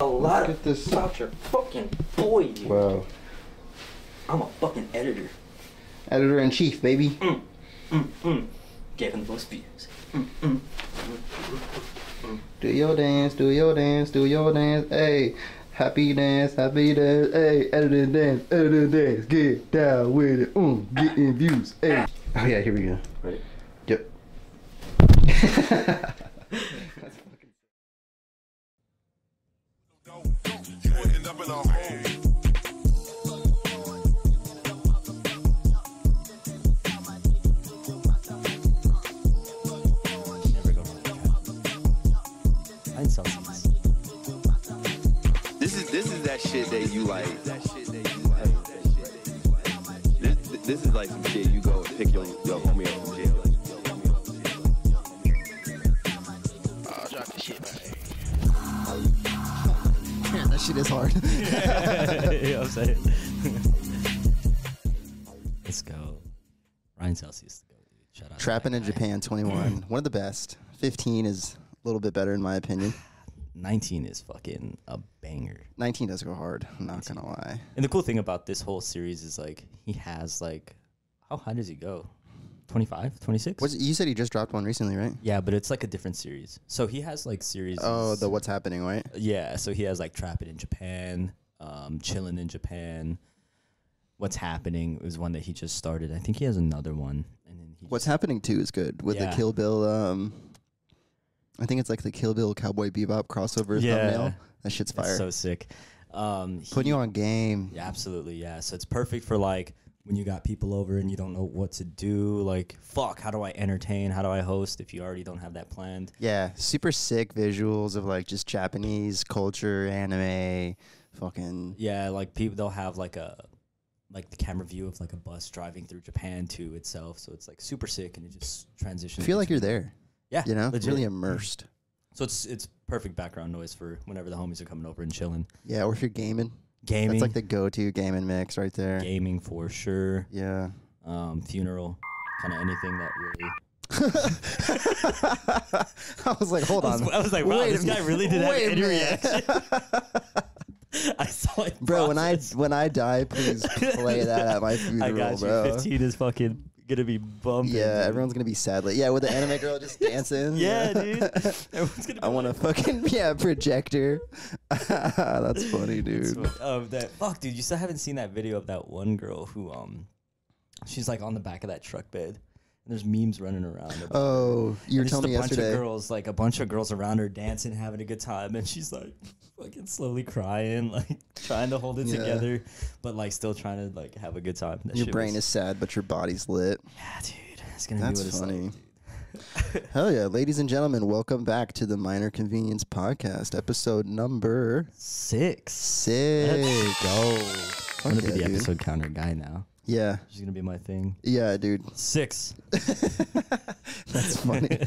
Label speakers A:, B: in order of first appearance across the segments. A: lot of
B: Let's get this-
A: about your fucking boy, dude.
B: Wow.
A: I'm a fucking editor.
B: Editor in chief, baby.
A: Mm, mm, mm. Gavin Los Spears. Mm, mm.
B: Do your dance, do your dance, do your dance, hey. Happy dance, happy dance, hey. Editor dance, editor dance, get down with it, mm, getting views, hey. Oh yeah, here we go.
A: Ready?
B: Yep.
C: You will end up in a hole.
D: This is this is that shit that you like. That shit that you like. That shit that you like. This, this is like some shit you go and pick your, your homie up from jail.
B: that shit is hard.
E: you know what I'm saying? Let's go. Ryan Celsius. Shout out.
B: Trapping in Japan 21, one of the best. 15 is a little bit better in my opinion.
E: 19 is fucking a banger.
B: 19 does go hard, I'm not gonna lie.
E: And the cool thing about this whole series is like he has like how high does he go? 25, 26?
B: What's, you said he just dropped one recently, right?
E: yeah, but it's like a different series. So he has like series
B: Oh, the What's Happening, right?
E: Yeah, so he has like Trap It in Japan, um, Chillin' in Japan. What's happening is one that he just started. I think he has another one. And then he
B: What's Happening 2 is good with the
E: Yeah.
B: Kill Bill, um, I think it's like the Kill Bill Cowboy Bebop crossover
E: Yeah.
B: thumbnail. That shit's
E: That's
B: fire.
E: so sick. Um, he-
B: Putting you on game.
E: Yeah, absolutely. Yeah. So it's perfect for like when you got people over and you don't know what to do. Like, fuck, how do I entertain? How do I host if you already don't have that planned?
B: Yeah, super sick visuals of like just Japanese culture, anime, fucking.
E: Yeah, like people they'll have like a like the camera view of like a bus driving through Japan to itself. So it's like super sick and it just
B: I
E: transitions.
B: feel like
E: between-
B: you're there,
E: yeah,
B: you know?
E: legit.
B: Really immersed.
E: So it's it's perfect background noise for whenever the homies are coming over and chilling.
B: Yeah, or if you're gaming.
E: Gaming,
B: That's like the go to gaming mix right there.
E: gaming for sure.
B: Yeah.
E: Um, funeral, kind of anything that really.
B: I was like, hold
E: I was,
B: on.
E: I was like, oh, wow,
B: Wait a
E: this guy
B: minute.
E: really did have
B: Wait a
E: any
B: minute.
E: reaction. I saw it,
B: Bro, when I
E: process.
B: when I die, please play that at my funeral,
E: I got you.
B: bro.
E: 15 is fucking gonna be bumping.
B: Yeah,
E: dude.
B: everyone's gonna be sad. Like, yeah, with the anime girl just dancing.
E: Yeah, dude. Everyone's gonna. Be
B: I want a fucking yeah projector. That's funny, dude.
E: like, um, that fuck, dude. You still haven't seen that video of that one girl who um, she's like on the back of that truck bed, and there's memes running around. about her.
B: Oh, you were
E: And it's just
B: telling me
E: a bunch
B: yesterday.
E: of girls, like a bunch of girls around her dancing, having a good time, and she's like fucking slowly crying, like trying to hold it
B: Yeah.
E: together, but like still trying to like have a good time. That
B: Your
E: shit
B: brain
E: was-
B: is sad, but your body's lit.
E: yeah, dude. It's gonna
B: That's
E: be what it's
B: funny.
E: like. dude.
B: Hell yeah, ladies and gentlemen, welcome back to the Minor Convenience Podcast, episode number
E: Six.
B: six.
E: I'm gonna
B: yeah,
E: be the
B: dude.
E: episode counter guy now.
B: Yeah,
E: She's gonna be my thing.
B: yeah, dude.
E: Six.
B: That's funny.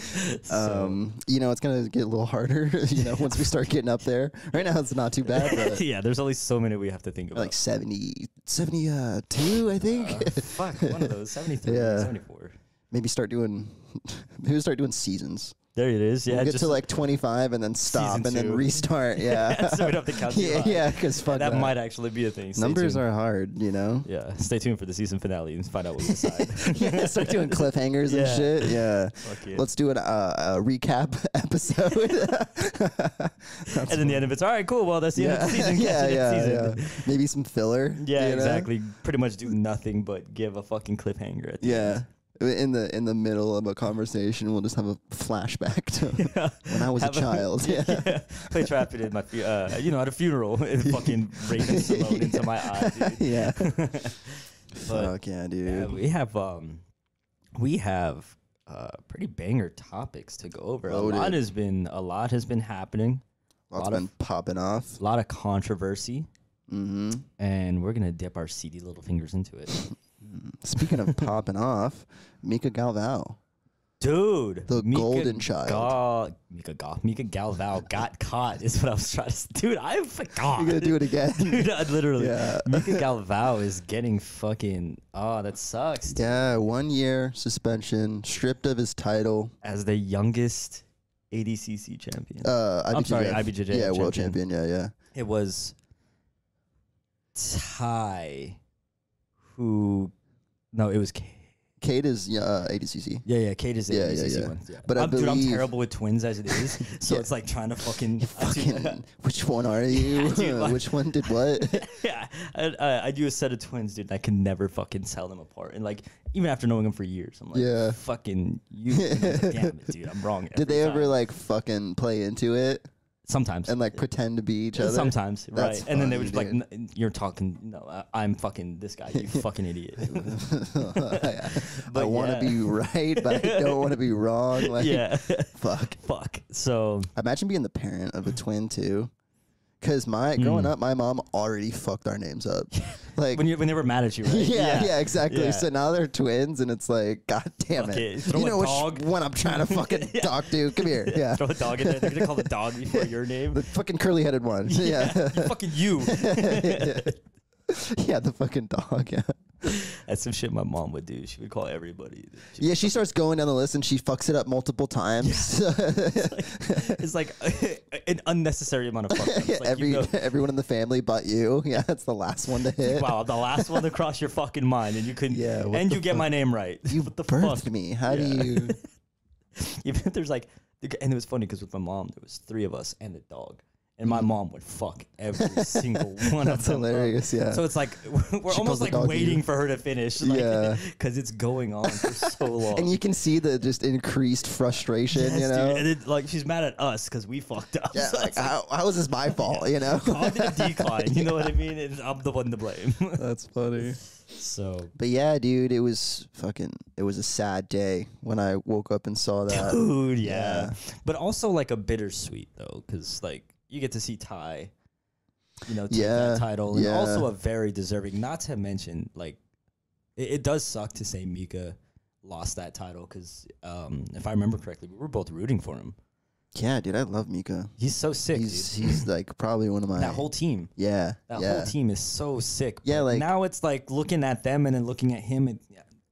B: um, you know, it's gonna get a little harder. You know, once we start getting up there. Right now, it's not too bad, but
E: yeah, there's only so many we have to think about.
B: like 70, 72, I think.
E: Fuck, one of those. 73,
B: Yeah.
E: 74.
B: maybe start doing, maybe start doing seasons.
E: There it is. Yeah,
B: We'll get
E: just
B: to like twenty five and then stop
E: Season
B: and then
E: two.
B: restart. Yeah,
E: so we don't have to count too
B: yeah,
E: high.
B: yeah. Because fuck
E: that
B: that.
E: might actually be a thing. Stay
B: Numbers
E: tuned.
B: are hard, you know.
E: Yeah, stay tuned for the season finale and find out what we decide.
B: Yeah, start doing cliffhangers and
E: Yeah.
B: shit. Yeah,
E: Fuck yeah.
B: let's do an, uh, a recap episode.
E: and then the end of it's all right, cool. Well, that's the end
B: yeah,
E: of the season. Catch
B: yeah,
E: you next
B: yeah,
E: season.
B: yeah. Maybe some filler.
E: Yeah,
B: you know?
E: exactly. Pretty much do nothing but give a fucking cliffhanger at the
B: Yeah. In the in the middle of a conversation, we'll just have a flashback to
E: end.
B: when I was a
E: Have a-
B: child. yeah.
E: yeah, play trap it in my, fu- uh, you know, at a funeral, and fucking raining Simone into my eye, dude.
B: yeah.
E: But
B: Fuck yeah, dude.
E: yeah, we have, um, we have uh, pretty banger topics to go over. A lot
B: Loaded.
E: has been, a lot has been happening.
B: Lots
E: lot
B: been
E: of-
B: popping off.
E: A lot of controversy,
B: Mm-hmm.
E: and we're gonna dip our seedy little fingers into it,
B: Speaking of popping off, Mika Galvao.
E: dude.
B: The golden child.
E: Gal- Mika Gal, Mika Galvao got caught. Is what I was trying to. s- Dude, I forgot.
B: You're gonna do it again.
E: Dude, I literally.
B: Yeah.
E: Mika Galvao is getting fucking. Oh, that sucks. dude.
B: Yeah, one year suspension, stripped of his title.
E: As the youngest ADCC champion.
B: Uh, IBJJF.
E: I'm sorry, IBJJF
B: Yeah, world
E: champion.
B: champion. Yeah, yeah.
E: It was Ty who no, it was K-
B: Kate is yeah, uh, ADCC.
E: yeah, yeah, Kate is the
B: Yeah, yeah,
E: ACC
B: yeah.
E: one. Yeah.
B: But I
E: I'm, dude, I'm
B: believe-
E: terrible with twins as it is, so it's like trying to fucking
B: Fucking, which one are you?
E: dude, like-
B: which one did what?
E: yeah, I, I, I do a set of twins, dude. And I can never fucking tell them apart, and like even after knowing them for years, I'm like,
B: Yeah.
E: fucking you, damn it, dude, I'm wrong.
B: did
E: every
B: they ever
E: time.
B: like fucking play into it
E: sometimes
B: and like pretend to be each other?
E: Sometimes,
B: That's
E: right? And then they were
B: funny,
E: just like,
B: dude.
E: "N- "You're talking. No, I, I'm fucking this guy. You fucking idiot."
B: I
E: But
B: want to
E: yeah.
B: be right, but I don't want to be wrong. Like,
E: yeah,
B: fuck.
E: fuck. So
B: Imagine being the parent of a twin too. Cause my
E: Hmm.
B: growing up, my mom already fucked our names up. Like,
E: when you when they were mad at you, right?
B: yeah, yeah, exactly.
E: yeah.
B: So now they're twins, and it's like, god damn
E: Fuck
B: it!
E: it, throw
B: you
E: a
B: know which
E: dog.
B: one I'm trying to fucking
E: Yeah.
B: talk to? Come here, yeah.
E: Throw a dog in there. They're gonna call the dog before your name.
B: the fucking curly-headed one. Yeah,
E: you fucking you.
B: yeah, the fucking dog. Yeah,
E: That's some shit my mom would do. She would call everybody. She-
B: yeah. She starts going down the list, and she fucks it up multiple times.
E: It's like an unnecessary amount of fuck. ups. Like, you
B: Every
E: know-
B: everyone in the family but you. Yeah, that's the last one to hit.
E: wow, the last one to cross your fucking mind, and you couldn't.
B: Yeah, what
E: and
B: the
E: you get my name right.
B: You
E: what the
B: birthed
E: fuck?
B: me. How
E: Yeah.
B: do you?
E: even if there's like, and it was funny because with my mom there was three of us and the dog, and my mom would fuck every single one
B: Mm-hmm. That's
E: of them. up.
B: hilarious. Yeah.
E: So it's like we're we're
B: calls
E: almost
B: the
E: like
B: dog you.
E: waiting for her to finish, like,
B: Yeah.
E: because it's going on for so long.
B: and you can see the just increased frustration.
E: Yes,
B: you
E: dude,
B: know.
E: and it, like she's mad at us because we fucked up.
B: yeah,
E: So
B: like,
E: it's like,
B: how, how is this my fault? You know.
E: I'm in a decline. You know what I mean? And I'm the one to blame.
B: That's funny.
E: so
B: But yeah, dude, it was fucking. It was a sad day when I woke up and saw that.
E: Dude, yeah. But also like a bittersweet though, because like you get to see Ty, you know, take
B: Yeah,
E: that title, and
B: yeah.
E: also a very deserving. Not to mention, like, it, it does suck to say Mika lost that title because um, if I remember correctly, we were both rooting for him.
B: yeah, dude, I love Mika.
E: He's so sick.
B: He's
E: dude.
B: he's like probably one of my
E: That whole team.
B: yeah
E: That
B: yeah.
E: whole team is so sick.
B: Yeah,
E: but
B: like-
E: now it's like looking at them and then looking at him and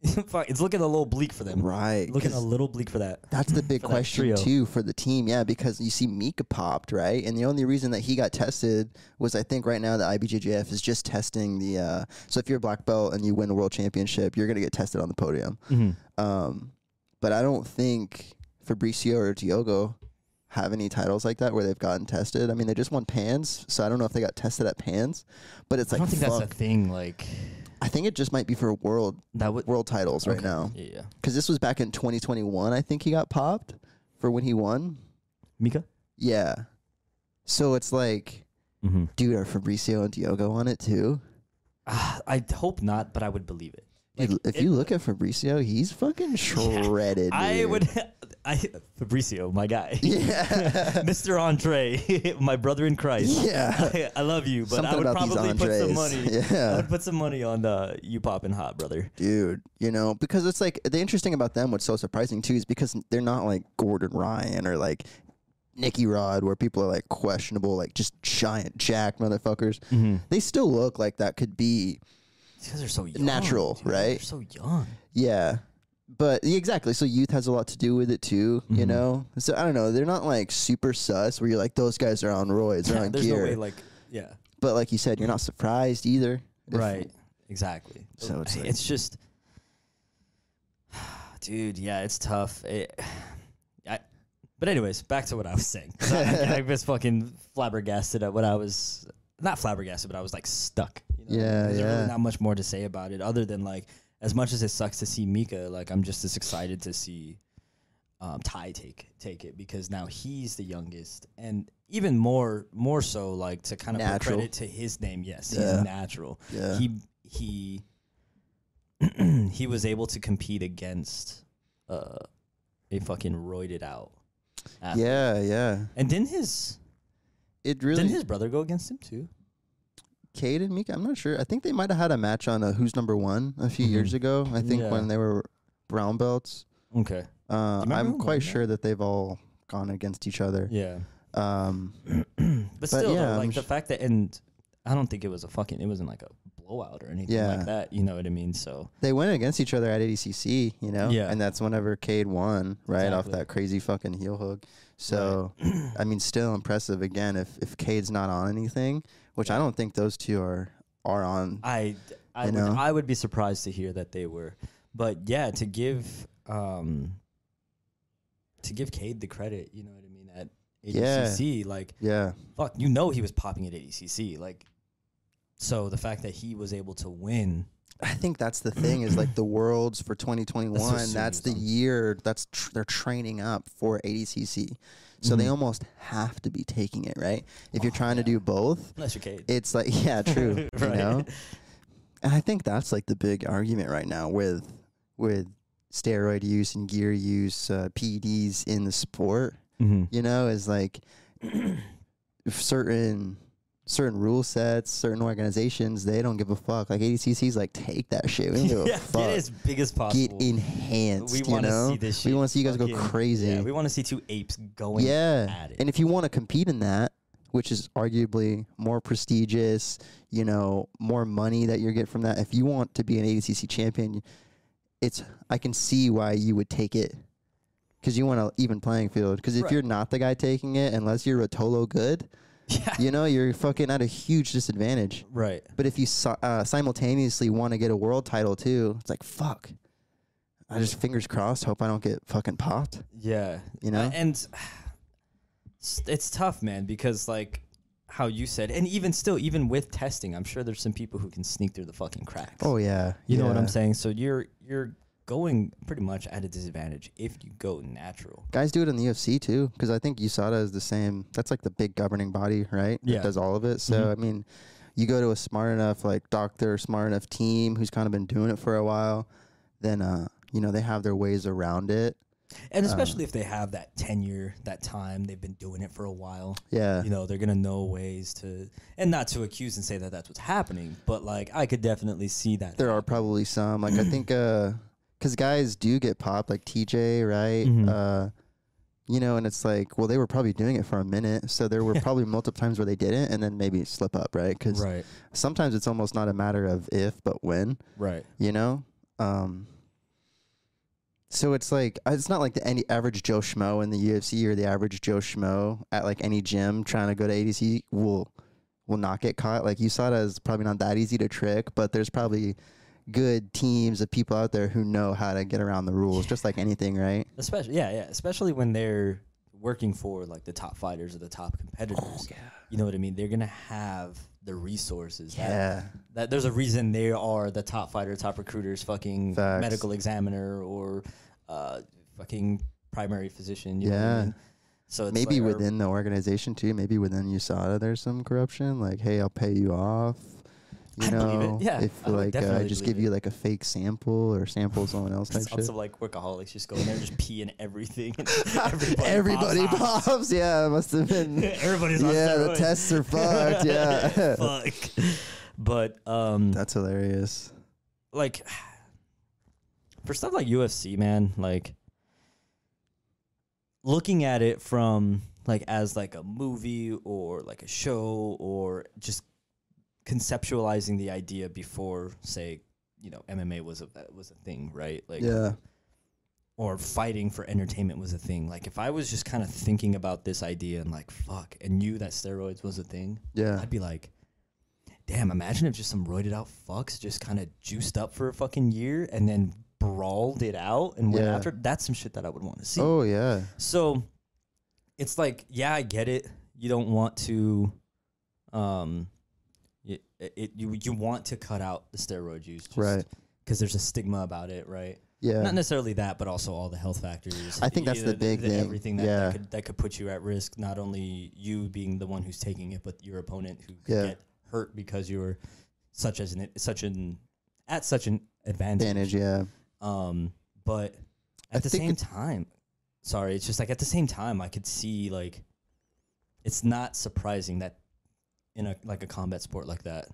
E: fuck, it's looking a little bleak for them.
B: Right,
E: Looking
B: 'cause-
E: a little bleak for that.
B: That's the big
E: that
B: question
E: trio.
B: too for the team, yeah, because you see Mika popped right, and the only reason that he got tested was I think right now the IBJJF is just testing the. Uh, so if you're a black belt and you win a world championship, you're gonna get tested on the podium. Um, but I don't think Fabricio or Diogo have any titles like that where they've gotten tested. I mean, they just won Pans, so I don't know if they got tested at Pans, but it's
E: I
B: like
E: don't think
B: fuck.
E: that's a thing. Like
B: I think it just might be for world
E: that would
B: world titles right
E: Okay.
B: now
E: Yeah.
B: because this was back in 2021. I think he got popped for when he won.
E: Mika?
B: Yeah. So it's like,
E: Mm-hmm.
B: dude, are Fabricio and Diogo on it too?
E: Ah, I hope not, but I would believe it.
B: Dude, if you look at Fabricio, he's fucking shredded.
E: I
B: dude.
E: would. I Fabricio, my guy.
B: Yeah.
E: Mr. Andre, my brother in Christ.
B: Yeah.
E: I, I love you, but I
B: Something
E: would
B: about these
E: probably put some money.
B: Andres. Yeah.
E: I would put some money on uh, you popping hot, brother.
B: Dude, you know, because it's like the interesting about them, what's so surprising too, is because they're not like Gordon Ryan or like Nicky Rod, where people are like questionable, like just giant jack motherfuckers.
E: Mm-hmm.
B: They still look like that could be
E: These guys are so young.
B: Natural,
E: dude.
B: right?
E: They're so young.
B: Yeah. But yeah, exactly. So youth has a lot to do with it too, you
E: Mm-hmm.
B: know? So I don't know. They're not like super sus where you're like, those guys are on roids, they're
E: Yeah,
B: on
E: there's
B: gear.
E: no way, like, yeah.
B: but like you said, you're not surprised either. If-
E: Right. Exactly.
B: So it's like-
E: just, dude. Yeah, it's tough. It, I, but anyways, back to what I was saying. 'Cause I, I was fucking flabbergasted at what I was not flabbergasted, but I was like stuck. You know?
B: Yeah,
E: There's
B: Uh, yeah.
E: Really not much more to say about it other than like, as much as it sucks to see Mika, like I'm just as excited to see um, Ty take take it because now he's the youngest, and even more more so like to kind of put
B: Natural.
E: credit to his name. Yes,
B: Yeah.
E: he's natural.
B: Yeah.
E: He he he was able to compete against uh, a fucking roided out. athlete.
B: Yeah, yeah.
E: and didn't his
B: It really.
E: didn't his brother go against him too?
B: Cade and Mika, I'm not sure. I think they might have had a match on uh Who's Number One a few years ago. I think
E: Mm-hmm. Yeah.
B: when they were brown belts.
E: Okay.
B: Uh,
E: remember who
B: I'm
E: won
B: quite
E: that?
B: sure that they've all gone against each other.
E: Yeah,
B: Um,
E: but, still,
B: yeah,
E: though,
B: I'm
E: like the
B: sh-
E: fact that and I don't think it was a fucking. It wasn't like a blowout or anything
B: Yeah.
E: like that. You know what I mean? So
B: They went against each other at ADCC, you know?
E: Yeah.
B: And that's whenever Cade won, right? Off
E: Exactly.
B: that crazy fucking heel hook. So, I mean, still impressive. Again, if, if Cade's not on anything, which I don't think those two are, are on.
E: I I
B: You
E: would,
B: know?
E: I would be surprised to hear that they were, but yeah, to give um to give Cade the credit, you know what I mean at
B: Yeah.
E: ADCC, like
B: yeah.
E: fuck, you know he was popping at ADCC, like so the fact that he was able to win,
B: I think that's the thing is like the worlds for 2021.
E: That's what
B: That's,
E: Sydney was
B: the
E: on.
B: year that's tr- they're training up for ADCC. So they almost have to be taking it, right? If you're trying to do both,
E: unless you're Cade,
B: it's like yeah, true, you
E: Right.
B: know. And I think that's like the big argument right now with with steroid use and gear use, uh, PEDs in the sport
E: mm-hmm.
B: you know, is like if certain certain rule sets, certain organizations, they don't give a fuck. Like ADCC's like, take that shit. We don't give
E: yeah,
B: a fuck.
E: get as big as
B: Get
E: possible.
B: enhanced.
E: we
B: you
E: want to
B: know?
E: see this. Shit
B: We want to see you guys go
E: fucking-
B: crazy.
E: Yeah, we want to see two apes going.
B: Yeah.
E: at it.
B: And if you want to compete in that, which is arguably more prestigious, you know, more money that you get from that. If you want to be an ADCC champion, it's I can see why you would take it because you want an even playing field. Because if
E: Right.
B: you're not the guy taking it, unless you're Rotolo good,
E: Yeah.
B: you know, you're fucking at a huge disadvantage.
E: right.
B: But if you si- uh, simultaneously want to get a world title too, it's like fuck. I just fingers crossed. Hope I don't get fucking popped.
E: Yeah.
B: You know?
E: Uh, and it's, it's tough, man, because like how you said, and even still, even with testing, I'm sure there's some people who can sneak through the fucking cracks.
B: Oh yeah,
E: you know what
B: yeah.
E: I'm saying? So you're you're going pretty much at a disadvantage if you go natural.
B: Guys do it in the UFC too, because I think USADA is the same. That's like the big governing body, right?
E: Yeah. Mm-hmm.
B: That does all of it. So I mean, you go to a smart enough like doctor, smart enough team who's kind of been doing it for a while, then uh, you know they have their ways around it.
E: And
B: Um,
E: especially if they have that tenure, that time, they've been doing it for a while.
B: Yeah.
E: You know, they're going to know ways to, and not to accuse and say that that's what's happening, but like I could definitely see that.
B: There are probably some. Like I think, uh, because guys do get popped, like TJ, right?
E: Mm-hmm.
B: Uh, you know, and it's like, well, they were probably doing it for a minute, so there were probably multiple times where they didn't, and then maybe slip up, right? Because
E: Right,
B: sometimes it's almost not a matter of if, but when.
E: right.
B: you know um so it's like uh, it's not like the any average joe schmo in the ufc or the average joe schmo at like any gym trying to go to adc will will not get caught like usada is probably not that easy to trick but there's probably good teams of people out there who know how to get around the rules just like anything right
E: especially yeah yeah especially when they're working for like the top fighters or the top competitors
B: Oh,
E: you know what i mean they're gonna have the resources that-
B: yeah
E: that, there's a reason they are the top fighter top recruiters fucking
B: Facts.
E: medical examiner or uh fucking primary physician you know what I
B: Yeah.
E: mean? so it's
B: maybe
E: like, or-
B: within the organization too maybe within usada there's some corruption like hey i'll pay you off you
E: I
B: know
E: believe it. Yeah,
B: if
E: I would
B: like uh,
E: definitely
B: just
E: believe
B: give you
E: it.
B: like a fake sample or sample someone else type
E: it's
B: shit
E: lots of like workaholics just going there and just peeing everything everybody,
B: Everybody
E: pops out.
B: pops. Yeah, it must have been.
E: Everybody's on
B: yeah, the
E: steroids.
B: tests are fucked. Yeah,
E: fuck but um
B: that's hilarious.
E: like for stuff like UFC, man, like looking at it from like as like a movie or like a show or just conceptualizing the idea before say you know MMA was a was a thing, right? Like
B: Yeah,
E: or fighting for entertainment was a thing. Like if I was just kind of thinking about this idea and like fuck and knew that steroids was a thing,
B: yeah,
E: I'd be like, damn, imagine if just some roided out fucks just kind of juiced up for a fucking year and then brawled it out and went
B: Yeah.
E: after. That's some shit that I would want to see.
B: oh yeah,
E: So it's like, yeah, I get it. You don't want to, um, it, it you you want to cut out the steroid use, just
B: Right.
E: Because there's a stigma about it, right?
B: yeah.
E: Not necessarily that, but also all the health factors.
B: I think that's the big thing.
E: Everything that,
B: Yeah.
E: that could that could put you at risk. Not only you being the one who's taking it, but your opponent who could
B: Yeah.
E: get hurt because you were such as an such an at such an advantage.
B: Advantage. Yeah,
E: Um, but at
B: I
E: the
B: think
E: same
B: it-
E: time, sorry, it's just like at the same time, I could see like it's not surprising that in a like a combat sport like that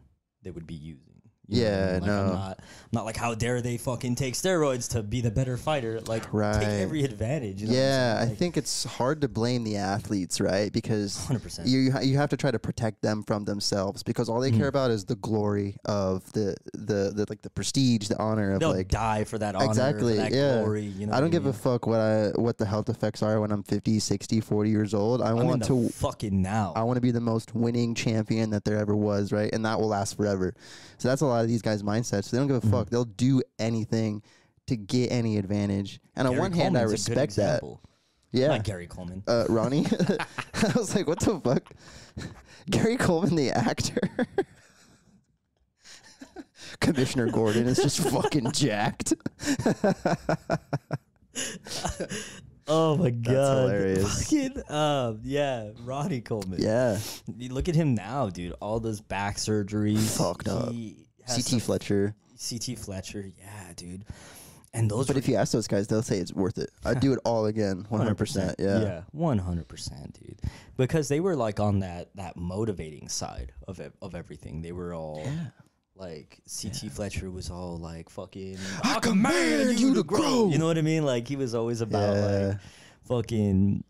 E: they would be using. You know what I
B: Yeah,
E: mean? Like, I'm
B: no.
E: not, I'm not like, how dare they fucking take steroids to be the better fighter? Like,
B: Right.
E: take every advantage. you know what I'm
B: Yeah,
E: saying?
B: I
E: Like,
B: think it's hard to blame the athletes, right? Because
E: 100%.
B: you you ha- you have to try to protect them from themselves because all they
E: Hmm.
B: care about is the glory of the the, the like the prestige, the honor of
E: they'll
B: like
E: die for that honor,
B: exactly
E: for that
B: yeah.
E: glory. You know
B: I
E: what
B: don't give
E: mean?
B: a fuck what I what the health effects are when I'm 50, 60, 40 years old. I
E: I'm in
B: want
E: the
B: to
E: fucking now.
B: I want to be the most winning champion that there ever was, right? And that will last forever. So that's a lot of these guys' mindsets. They don't
E: Mm-hmm.
B: give a fuck. They'll do anything to get any advantage. And on
E: Gary
B: one hand, I
E: Coleman's a good
B: respect that.
E: example.
B: Yeah.
E: Not Gary Coleman.
B: uh, Ronnie. I was like, what the fuck? Gary Coleman, the actor. Commissioner Gordon is just fucking jacked.
E: oh my god.
B: hilarious.
E: Fucking, um, yeah, Ronnie Coleman.
B: Yeah.
E: You look at him now, dude. All those back surgeries.
B: Fucked up.
E: He has
B: CT Fletcher.
E: some- CT Fletcher. Yeah, dude. And those
B: But
E: were
B: if you ask those guys, they'll say it's worth it. I'd do it all again. 100%. Yeah.
E: Yeah, one hundred percent, dude. Because they were like on that that motivating side of ev- of everything. They were all like CT Fletcher was all like fucking. I command you to grow. You know what I mean? Like he was always about like fucking.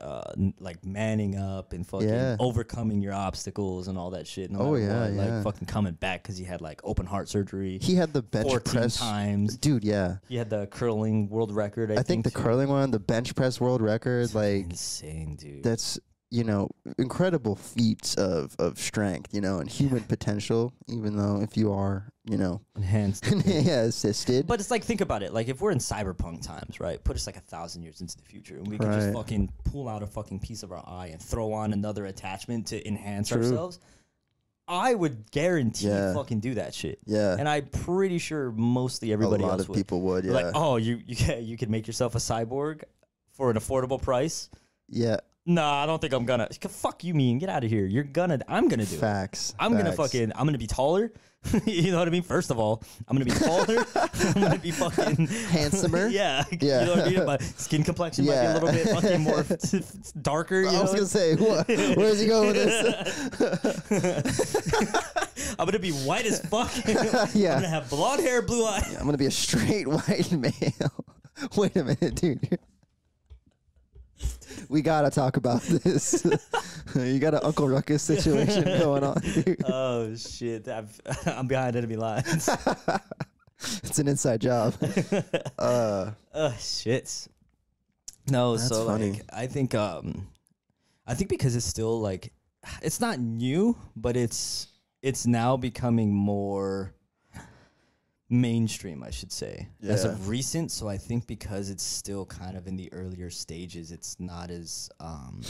E: Uh, n- like manning up and fucking
B: Yeah.
E: overcoming your obstacles and all that shit. No
B: Oh,
E: matter
B: yeah,
E: what,
B: yeah.
E: like fucking coming back because he had like open heart surgery.
B: He had the bench
E: 14
B: press.
E: times.
B: Dude, yeah.
E: He had the curling world record. I,
B: I think the
E: too.
B: curling one, the bench press world record, like
E: insane, dude.
B: that's you know incredible feats of of strength you know and human potential even though if you are you know
E: Enhanced
B: yeah assisted
E: But it's like, think about it. Like, if we're in cyberpunk times, right? Put us like a thousand years into the future, and we can just
B: Right.
E: fucking pull out a fucking piece of our eye and throw on another attachment to enhance ourselves. I would guarantee
B: Yeah.
E: fucking do that shit.
B: Yeah.
E: and I'm pretty sure mostly everybody
B: lot
E: else
B: of
E: would.
B: people would,
E: Like,
B: yeah.
E: oh, you you can, you could make yourself a cyborg for an affordable price.
B: yeah
E: Nah, I don't think I'm gonna. Fuck you, mean. Get out of here. You're gonna. I'm gonna do it.
B: facts
E: I'm gonna
B: facts.
E: fucking I'm gonna be taller. you know what I mean? First of all, I'm gonna be taller. I'm gonna be fucking
B: Handsomer?
E: yeah.
B: Yeah.
E: You know what I mean? My skin complexion
B: Yeah.
E: might be a little bit fucking more darker. You
B: I
E: know?
B: was gonna say, wha- where's he going with this?
E: I'm gonna be white as fuck. I'm
B: yeah,
E: gonna have blonde hair, blue eyes.
B: I'm gonna be a straight white male. Wait a minute, dude. We gotta talk about this. you got an Uncle Ruckus situation going on, dude.
E: Oh shit! I've, I'm behind enemy lines.
B: It's an inside job.
E: Oh shit. No, so
B: funny.
E: like I think um I think because it's still like it's not new, but it's it's now becoming more mainstream, I should say. As
B: Yeah.
E: of recent, so I think because it's still kind of in the earlier stages, it's not as um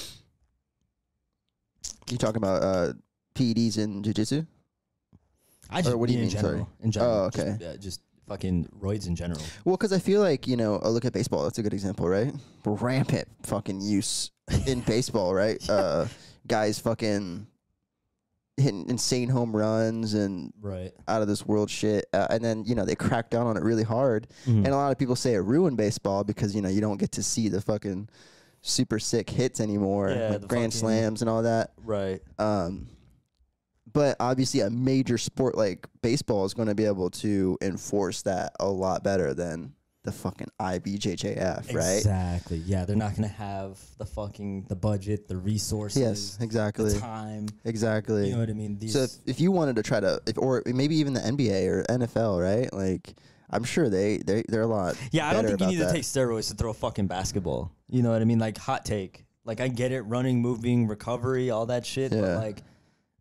B: You talking about uh, PEDs in jujitsu?
E: I just
B: what do you
E: in
B: mean,
E: general,
B: sorry?
E: in general.
B: Oh,
E: just-
B: okay.
E: yeah, just fucking roids in general.
B: Well, because I feel like you know, I look at baseball. That's a good example, right? Rampant fucking use in baseball, right? Uh, guys fucking hitting insane home runs and
E: Right.
B: out of this world shit. Uh, and then you know they crack down on it really hard.
E: Mm-hmm.
B: And a lot of people say it ruined baseball because you know you don't get to see the fucking super sick hits anymore,
E: Yeah,
B: like
E: the
B: grand
E: fucking-
B: slams and all that.
E: Right.
B: Um, but obviously, a major sport like baseball is going to be able to enforce that a lot better than the fucking IBJJF, right?
E: Exactly. Yeah, they're not gonna have the fucking the budget, the resources.
B: Yes, exactly,
E: the time.
B: exactly.
E: You know what I mean? These,
B: so if, if you wanted to try to, if, or maybe even the NBA or NFL, right? Like, I'm sure they they they're a lot.
E: yeah, I don't
B: better
E: think you
B: about
E: need
B: that.
E: to take steroids to throw a fucking basketball. You know what I mean? Like hot take. Like I get it, running, moving, recovery, all that shit. But
B: Yeah.
E: like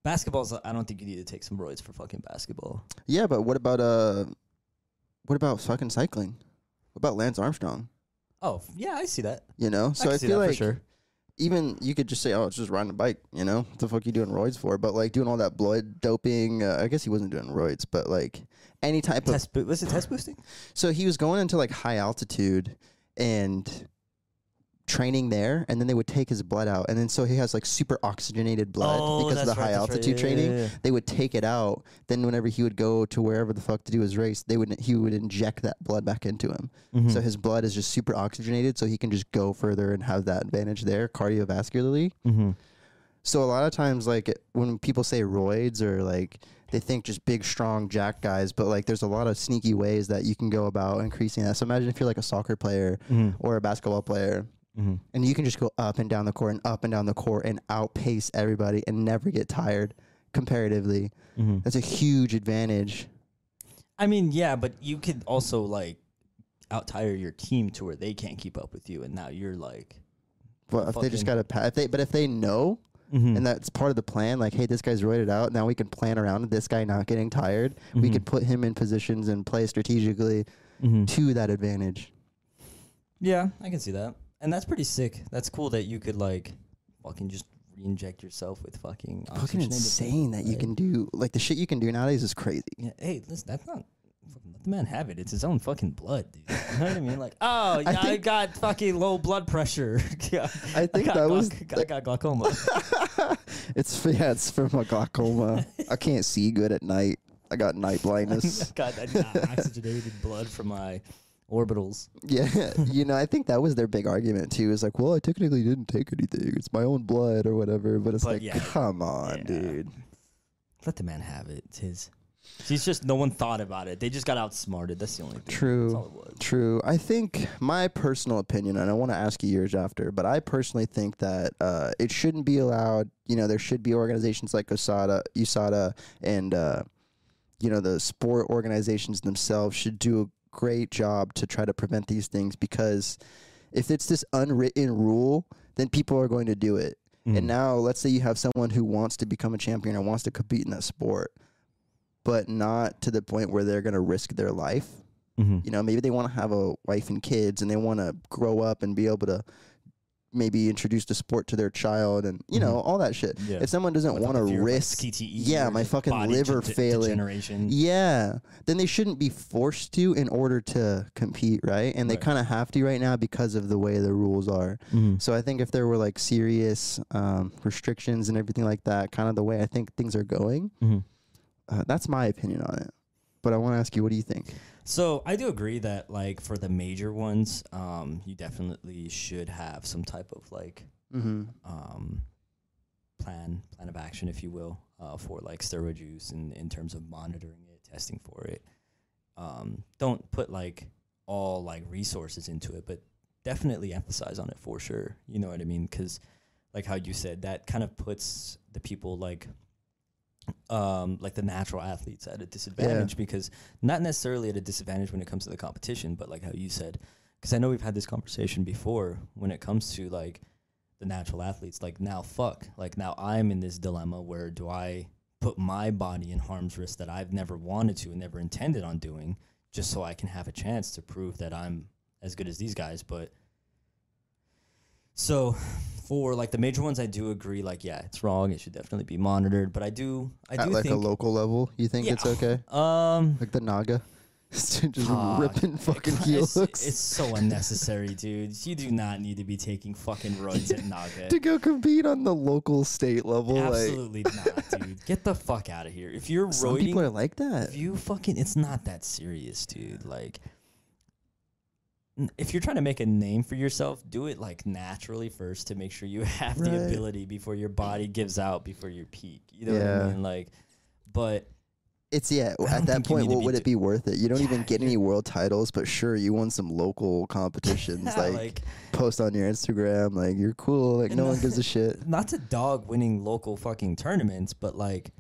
E: basketball's, I don't think you need to take some roids for fucking basketball.
B: Yeah, but what about uh, what about fucking cycling? What about Lance Armstrong?
E: Oh yeah, I see that.
B: You know, so
E: can
B: I,
E: see
B: feel
E: that for
B: like
E: sure.
B: even you could just say, "Oh, it's just riding a bike," you know. What the fuck you doing roids for? But like doing all that blood doping, uh, I guess he wasn't doing roids, but like any type of.
E: Test bo- was it test boosting?
B: So he was going into like high altitude and training there, and then they would take his blood out, and then so he has like super oxygenated blood
E: Oh,
B: because of the
E: that's right,
B: high
E: that's right.
B: altitude
E: Yeah, yeah,
B: training.
E: yeah.
B: They would take it out. Then whenever he would go to wherever the fuck to do his race, they would he would inject that blood back into him.
E: Mm-hmm.
B: So his blood is just super oxygenated, so he can just go further and have that advantage there
E: Mm-hmm.
B: cardiovascularly. So a lot of times, like it- when people say roids or like they think just big, strong jack guys, but like there's a lot of sneaky ways that you can go about increasing that. So imagine if you're like a soccer player or a basketball player. And you can just go up and down the court and up and down the court and outpace everybody and never get tired comparatively. That's a huge advantage.
E: I mean, yeah, but you could also like out tire your team to where they can't keep up with you, and now you're like,
B: But if they just
E: Fucking- Mm.
B: got to pass, if they, but if they know, and that's part of the plan, like, hey, this guy's roided out. Now we can plan around this guy not getting tired. We could put him in positions and play strategically to that advantage.
E: yeah, I can see that, and that's pretty sick. That's cool that you could like fucking just re-inject yourself with fucking
B: Fucking
E: oxygenated
B: insane that you
E: right?
B: can do like the shit you can do nowadays is crazy.
E: Yeah, hey, listen, that's not. fucking Let the man have it. It's his own fucking blood, dude. You know what I mean? Like, oh, yeah, I,
B: think-
E: got fucking low blood pressure. yeah,
B: I think
E: got
B: that was
E: glauc- I got glaucoma.
B: It's yeah, it's from a glaucoma. I can't see good at night. I got night blindness.
E: got that not oxygenated blood from my orbitals.
B: yeah, you know, I think that was their big argument too. Is like, well, I technically didn't take anything. It's my own blood or whatever. But it's
E: But
B: like,
E: yeah.
B: come on,
E: Yeah.
B: dude.
E: Let the man have it. It's his. He's just no one thought about it. They just got outsmarted. That's the only thing. That's all it
B: True.
E: was.
B: True. I think my personal opinion, and I want to ask you yours after, but I personally think that uh, it shouldn't be allowed. You know, there should be organizations like USADA, USADA, and uh, you know the sport organizations themselves should do a great job to try to prevent these things because if it's this unwritten rule, then people are going to do it.
E: Mm.
B: And now, let's say you have someone who wants to become a champion or wants to compete in that sport, but not to the point where they're going to risk their life. You know, maybe they want to have a wife and kids and they want to grow up and be able to maybe introduce the sport to their child and, you know, all that shit.
E: Mm-hmm. Yeah.
B: If someone doesn't
E: Without
B: want
E: the
B: to
E: fear of, like,
B: risk,
E: CTE
B: yeah,
E: or
B: my
E: just
B: fucking
E: body
B: liver
E: de- de-
B: failing,
E: degeneration.
B: yeah, then they shouldn't be forced to in order to compete, right? And they
E: Right.
B: kind of have to right now because of the way the rules are. So I think if there were like serious um, restrictions and everything like that, kind of the way I think things are going,
E: Mhm.
B: uh, that's my opinion on it. But I want to ask you, what do you think?
E: So I do agree that like for the major ones, um, you definitely should have some type of like
B: Mm-hmm.
E: um, plan plan of action, if you will, uh, for like steroid use in, in terms of monitoring it, testing for it. Um, don't put like all like resources into it, but definitely emphasize on it for sure. You know what I mean? Because like how you said, that kind of puts the people like um, like the natural athletes at a disadvantage because not necessarily at a disadvantage when it comes to the competition, but like how you said, because I know we've had this conversation before when it comes to like the natural athletes like now fuck like now i'm in this dilemma where do i put my body in harm's risk that i've never wanted to and never intended on doing just so i can have a chance to prove that i'm as good as these guys but so for like the major ones i do agree like yeah it's wrong it should definitely be monitored but i do i do
B: At like
E: think
B: a local level, you think
E: Yeah.
B: it's okay?
E: um
B: Like the Naga, just
E: Fuck.
B: ripping fucking heel
E: it's,
B: hooks
E: it's so unnecessary dude you do not need to be taking fucking runs at naga
B: to go compete on the local state level. Like
E: Absolutely not, dude. Get the fuck out of here. If you're
B: some
E: roiding,
B: people are like that.
E: if you fucking, it's not that serious, dude. Like, n- if you're trying to make a name for yourself, do it like naturally first to make sure you have
B: Right.
E: the ability before your body gives out before your peak. You know what
B: Yeah.
E: I mean? Like, but
B: It's yeah.
E: I
B: At
E: don't
B: that
E: think you
B: point,
E: need to
B: what
E: be
B: would it
E: do-
B: be worth it? You don't even
E: Yeah,
B: get any world titles, but sure, you won some local competitions.
E: Yeah,
B: like,
E: like-
B: post on your Instagram, like you're cool. Like
E: And
B: no
E: the-
B: one gives a shit.
E: not to dog winning local fucking tournaments, but like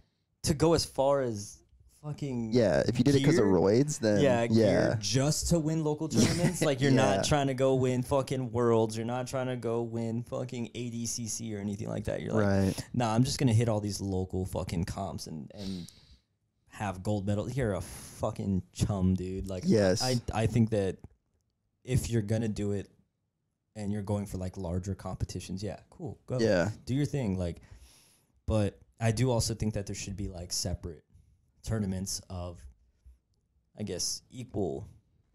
E: to go as far as fucking
B: Yeah, if you did it because of
E: gear-
B: roids, then
E: yeah,
B: yeah,
E: gear just to win local tournaments. like you're
B: Yeah.
E: not trying to go win fucking worlds. You're not trying to go win fucking ADCC or anything like that. You're like,
B: right.
E: nah, I'm just gonna hit all these local fucking comps and and have gold medals. You're a fucking chum, dude. Like,
B: Yes.
E: I I think that if you're gonna do it and you're going for like larger competitions, yeah, cool, go,
B: Yeah.
E: do your thing, like. But I do also think that there should be like separate tournaments of, I guess, equal,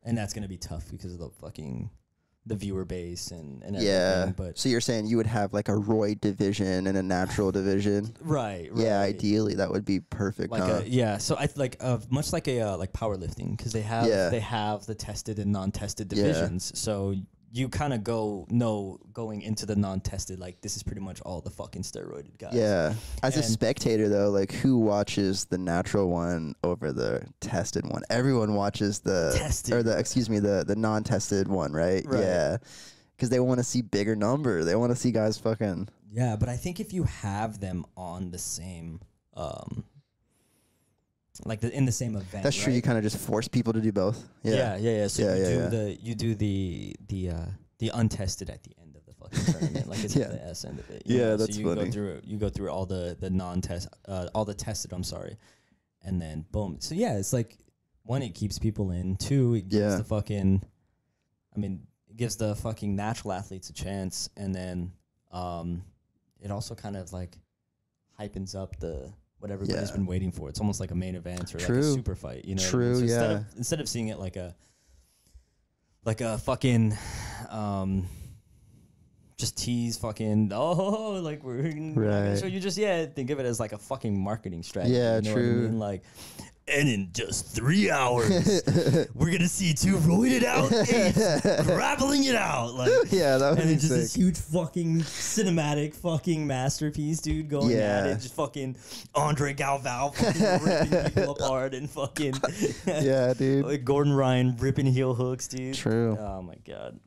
E: and that's gonna be tough because of the fucking the viewer base and and everything.
B: Yeah.
E: But
B: so you're saying you would have like a roid division and a natural division.
E: right, right.
B: Yeah, ideally that would be perfect.
E: like
B: huh?
E: a, yeah so i th- like uh, much like a uh, like powerlifting because they have
B: Yeah.
E: they have the tested and non-tested
B: Yeah.
E: divisions so you kind of go no going into the non-tested like this is pretty much all the fucking steroided guys.
B: Yeah. As a
E: And-
B: spectator, though, like who watches the natural one over the tested one? Everyone watches the
E: Tested.
B: or the excuse me the the non-tested one, right?
E: Right.
B: Yeah. Because they want to see bigger number. They want to see guys fucking.
E: Yeah, but I think if you have them on the same, um, like the, in the same event,
B: That's true. You
E: right?
B: kind of just force people to do both.
E: yeah,
B: Yeah.
E: yeah, yeah. So
B: Yeah,
E: you
B: yeah,
E: do
B: yeah.
E: the you do the the uh, the untested at the end of the fucking tournament, like it's
B: Yeah.
E: at the S end of it. you
B: Yeah,
E: know?
B: that's
E: so you
B: funny.
E: Go through you go through all the the non-test, uh, all the tested. I'm sorry, and then boom. So yeah, it's like one, it keeps people in. Two, it gives
B: Yeah.
E: the fucking, I mean, it gives the fucking natural athletes a chance, and then um, it also kind of like hypens up the what everybody's
B: Yeah.
E: been waiting for. It's almost like a main event or like
B: True.
E: a super fight. You know, what I
B: True,
E: mean? So Instead
B: yeah.
E: of, instead of seeing it like a like a fucking um just tease fucking oh like we're
B: Right.
E: so you just yeah think of it as like a fucking marketing strategy
B: Yeah,
E: you know
B: true.
E: what I mean? like and in just three hours we're gonna see two roided out apes grappling it out like
B: Yeah, that would
E: and
B: be
E: then just this
B: sick.
E: huge fucking cinematic fucking masterpiece, dude, going at
B: Yeah.
E: it. Just fucking Andre Galval fucking ripping people apart and fucking
B: Yeah, dude.
E: like Gordon Ryan ripping heel hooks, dude.
B: True.
E: Oh my god.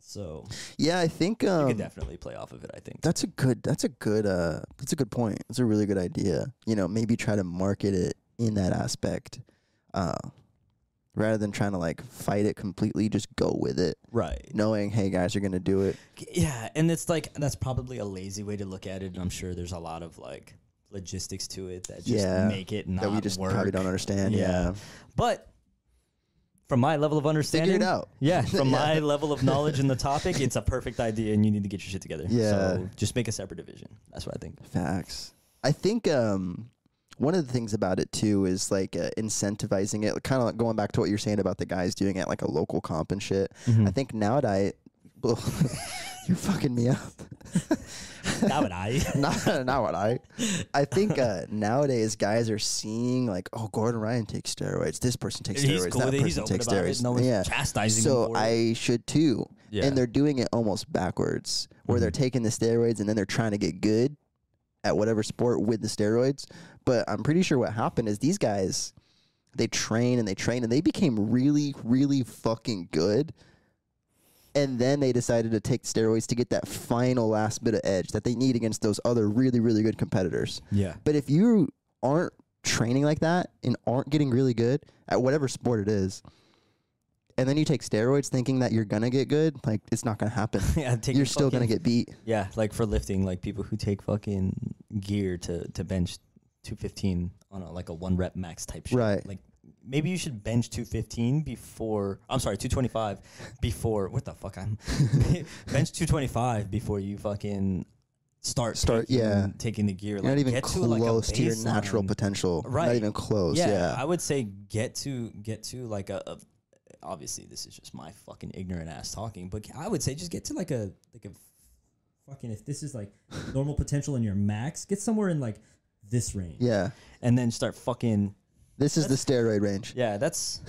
E: So
B: Yeah, I think
E: you
B: um,
E: could definitely play off of it, I think.
B: that's a good that's a good uh that's a good point it's a really good idea you know maybe try to market it in that aspect uh rather than trying to like fight it completely just go with it
E: Right.
B: knowing hey guys you're gonna do it
E: Yeah, and it's like that's probably a lazy way to look at it, and I'm sure there's a lot of like logistics to it that just
B: Yeah,
E: make it not
B: that we just
E: work.
B: probably don't understand yeah,
E: But from my level of understanding,
B: out.
E: Yeah, from
B: Yeah.
E: my level of knowledge in the topic, it's a perfect idea, and you need to get your shit together.
B: Yeah.
E: so just make a separate division. That's what I think.
B: facts i think um one of the things about it too is like uh, incentivizing it kind of like going back to what you're saying about the guys doing it like a local comp and shit
E: Mm-hmm.
B: i think nowadays well, you're fucking me up
E: That would I.
B: not, not what I. I think uh, nowadays guys are seeing like, oh, Gordon Ryan takes steroids. This person takes
E: He's
B: steroids.
E: cool
B: that
E: with it.
B: person
E: He's open
B: takes
E: about it.
B: steroids.
E: No one's chastising him
B: So
E: for it.
B: I should too.
E: Yeah.
B: And they're doing it almost backwards, where they're taking the steroids and then they're trying to get good at whatever sport with the steroids. But I'm pretty sure what happened is these guys, they train and they train and they became really, really fucking good. And then they decided to take steroids to get that final last bit of edge that they need against those other really, really good competitors.
E: Yeah,
B: But if you aren't training like that and aren't getting really good at whatever sport it is, and then you take steroids thinking that you're gonna get good, like it's not gonna happen.
E: yeah. Take
B: you're
E: your
B: still gonna
E: fucking-
B: get beat.
E: yeah, like for lifting, like people who take fucking gear to to bench two fifteen on a, like a one rep max type shit.
B: Right.
E: Like maybe you should bench two fifteen before. I'm sorry, two twenty five before. What the fuck? I'm bench two twenty five before you fucking start
B: Start-
E: taking,
B: yeah.
E: taking the gear.
B: You're not even
E: get
B: close to,
E: like, a
B: your natural
E: baseline.
B: potential. Right. Not
E: Right.
B: even close. Yeah.
E: I would say get to get to like a, a obviously this is just my fucking ignorant ass talking, but I would say just get to like a like a fucking if this is like normal potential in your max, get somewhere in like this range.
B: yeah.
E: And then start fucking
B: This is the steroid range.
E: Yeah, that's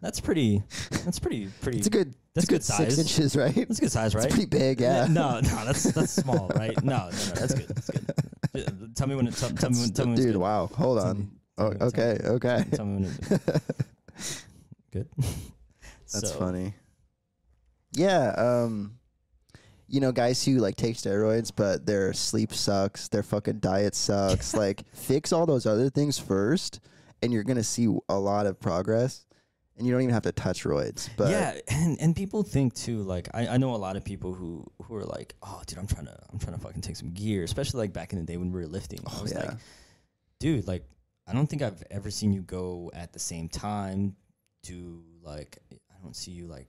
E: that's pretty that's pretty pretty
B: It's a good. it's
E: that's
B: a good,
E: good
B: six
E: size.
B: inches, right?
E: that's a good size, right?
B: It's pretty big. Yeah.
E: No, no, that's that's small, right? No, no, no, that's good. That's good. Uh, Tell me when it, tell, tell me when, tell me when it's
B: Dude,
E: good.
B: wow. Hold on. Oh,
E: tell me,
B: okay. Okay.
E: Tell me when it- good.
B: That's
E: So,
B: funny. Yeah, um you know, guys who like take steroids, but their sleep sucks, their fucking diet sucks. like, fix all those other things first, and you're gonna see a lot of progress. And you don't even have to touch roids. But
E: yeah, and, and people think too. Like I, I know a lot of people who who are like, oh, dude, I'm trying to I'm trying to fucking take some gear, especially like back in the day when we were lifting. I was like,
B: Oh, yeah.
E: dude, like I don't think I've ever seen you go at the same time. Do like I don't see you like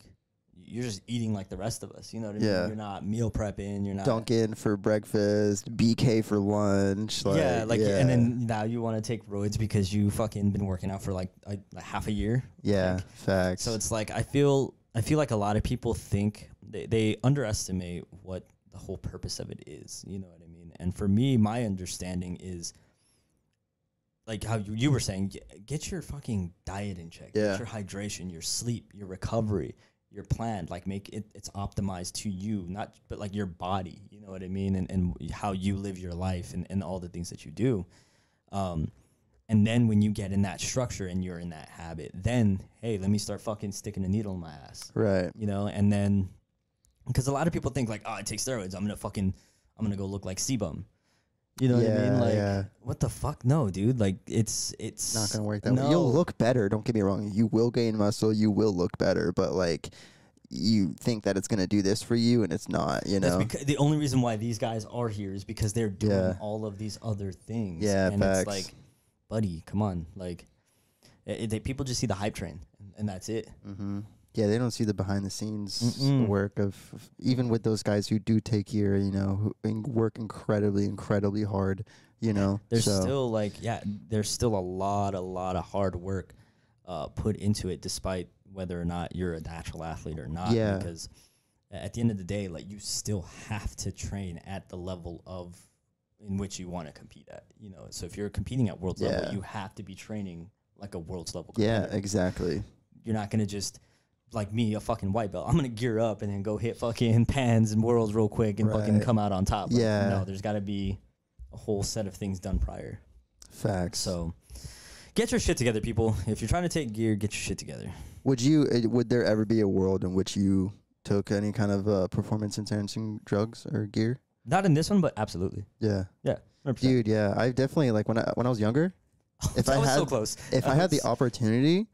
E: you're just eating like the rest of us. You know what I
B: Yeah.
E: mean? You're not meal prepping. You're not
B: Dunkin' for breakfast, BK for lunch. Like,
E: yeah, like
B: yeah,
E: and then now you want to take roids because you fucking been working out for like a, a half a year.
B: yeah,
E: Like,
B: facts.
E: So it's like I feel I feel like a lot of people think they, they underestimate what the whole purpose of it is. You know what I mean? And for me, my understanding is like how you, you were saying, get, get your fucking diet in check,
B: Yeah.
E: get your hydration, your sleep, your recovery, your plan, like make it it's optimized to you, not but like your body. You know what I mean, and and how you live your life and and all the things that you do. Um, and then when you get in that structure and you're in that habit, then hey, let me start fucking sticking a needle in my ass
B: Right.
E: you know and then because a lot of people think like oh i take steroids i'm gonna fucking i'm gonna go look like sebum you know what i
B: Yeah,
E: mean like
B: yeah.
E: what the fuck no dude like it's it's
B: Not gonna work that
E: no.
B: way. You'll look better. Don't get me wrong. You will gain muscle. You will look better. But like, you think that it's gonna do this for you, and it's not. You
E: that's
B: know.
E: because the only reason why these guys are here is because they're doing
B: Yeah.
E: all of these other things
B: Yeah,
E: and
B: facts.
E: it's like buddy come on like it, it- they, people just see the hype train and, and that's it
B: Mm-hmm. Yeah, they don't see the behind the scenes
E: Mm-mm.
B: work of of- even with those guys who do take year, you know, who and work incredibly, incredibly hard, you know.
E: there's
B: so,
E: still like yeah there's still a lot a lot of hard work uh, put into it despite whether or not you're a natural athlete or not
B: Yeah.
E: because at the end of the day like you still have to train at the level of in which you want to compete at you know so if you're competing at world
B: Yeah.
E: level you have to be training like a world's level
B: yeah,
E: competitor.
B: exactly.
E: you're not gonna just like me a fucking white belt i'm gonna gear up and then go hit fucking pans and worlds real quick and fucking
B: Right.
E: come out on top Like,
B: Yeah.
E: no there's gotta be a whole set of things done prior
B: Facts.
E: so get your shit together, people. If you're trying to take gear, get your shit together.
B: would you? uh, Would there ever be a world in which you took any kind of uh, performance enhancing drugs or gear?
E: Not in this one, but absolutely.
B: Yeah,
E: Yeah. 100%.
B: dude. Yeah, I definitely like when I when I was younger. If
E: That
B: I
E: was
B: had
E: so close.
B: if I had the
E: Uh,
B: opportunity,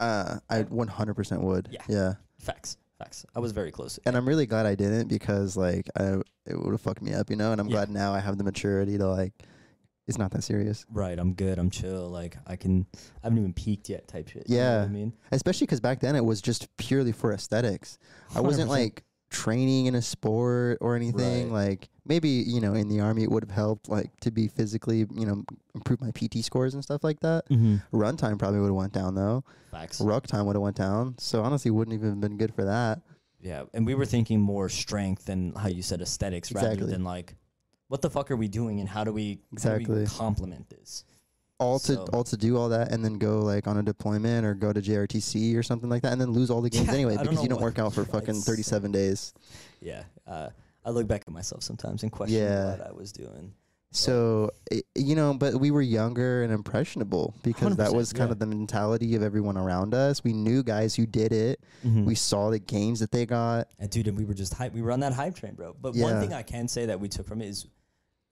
B: uh, I 100% would.
E: Yeah.
B: yeah.
E: facts, facts. I was very close.
B: and I'm really glad I didn't because like I it would have fucked me up, you know. And I'm
E: Yeah.
B: glad now I have the maturity to like, it's not that serious.
E: Right, I'm good. I'm chill. Like I can, I haven't even peaked yet. Type shit. you know
B: Yeah.
E: what I mean,
B: Especially because back then it was just purely for aesthetics. I wasn't
E: 100%.
B: like training in a sport or anything. Like maybe you know in the army it would have helped like to be physically you know improve my PT scores and stuff like that. Run time probably would have went down though.
E: facts.
B: Ruck time would have went down. So honestly, wouldn't even have been good for that.
E: Yeah, and we were thinking more strength and how you said aesthetics rather
B: Exactly.
E: than like, what the fuck are we doing and how do we how do
B: Exactly.
E: we complement this?
B: all to
E: So-
B: all to do all that and then go like on a deployment or go to JRTC or something like that and then lose all the games
E: Yeah, I
B: anyway
E: don't
B: because
E: know
B: you don't
E: what-
B: work out for fucking
E: It's-
B: 37 days.
E: Yeah, uh, I look back at myself sometimes and question
B: Yeah.
E: what I was doing.
B: So i you know, but we were younger and impressionable because that
E: 100%,
B: was kind
E: yeah.
B: of the mentality of everyone around us. We knew guys who did it.
E: Hmm.
B: We saw the games that they got.
E: And dude, and we were just hype. We were on that hype train, bro. But one
B: Yeah.
E: thing I can say that we took from it is,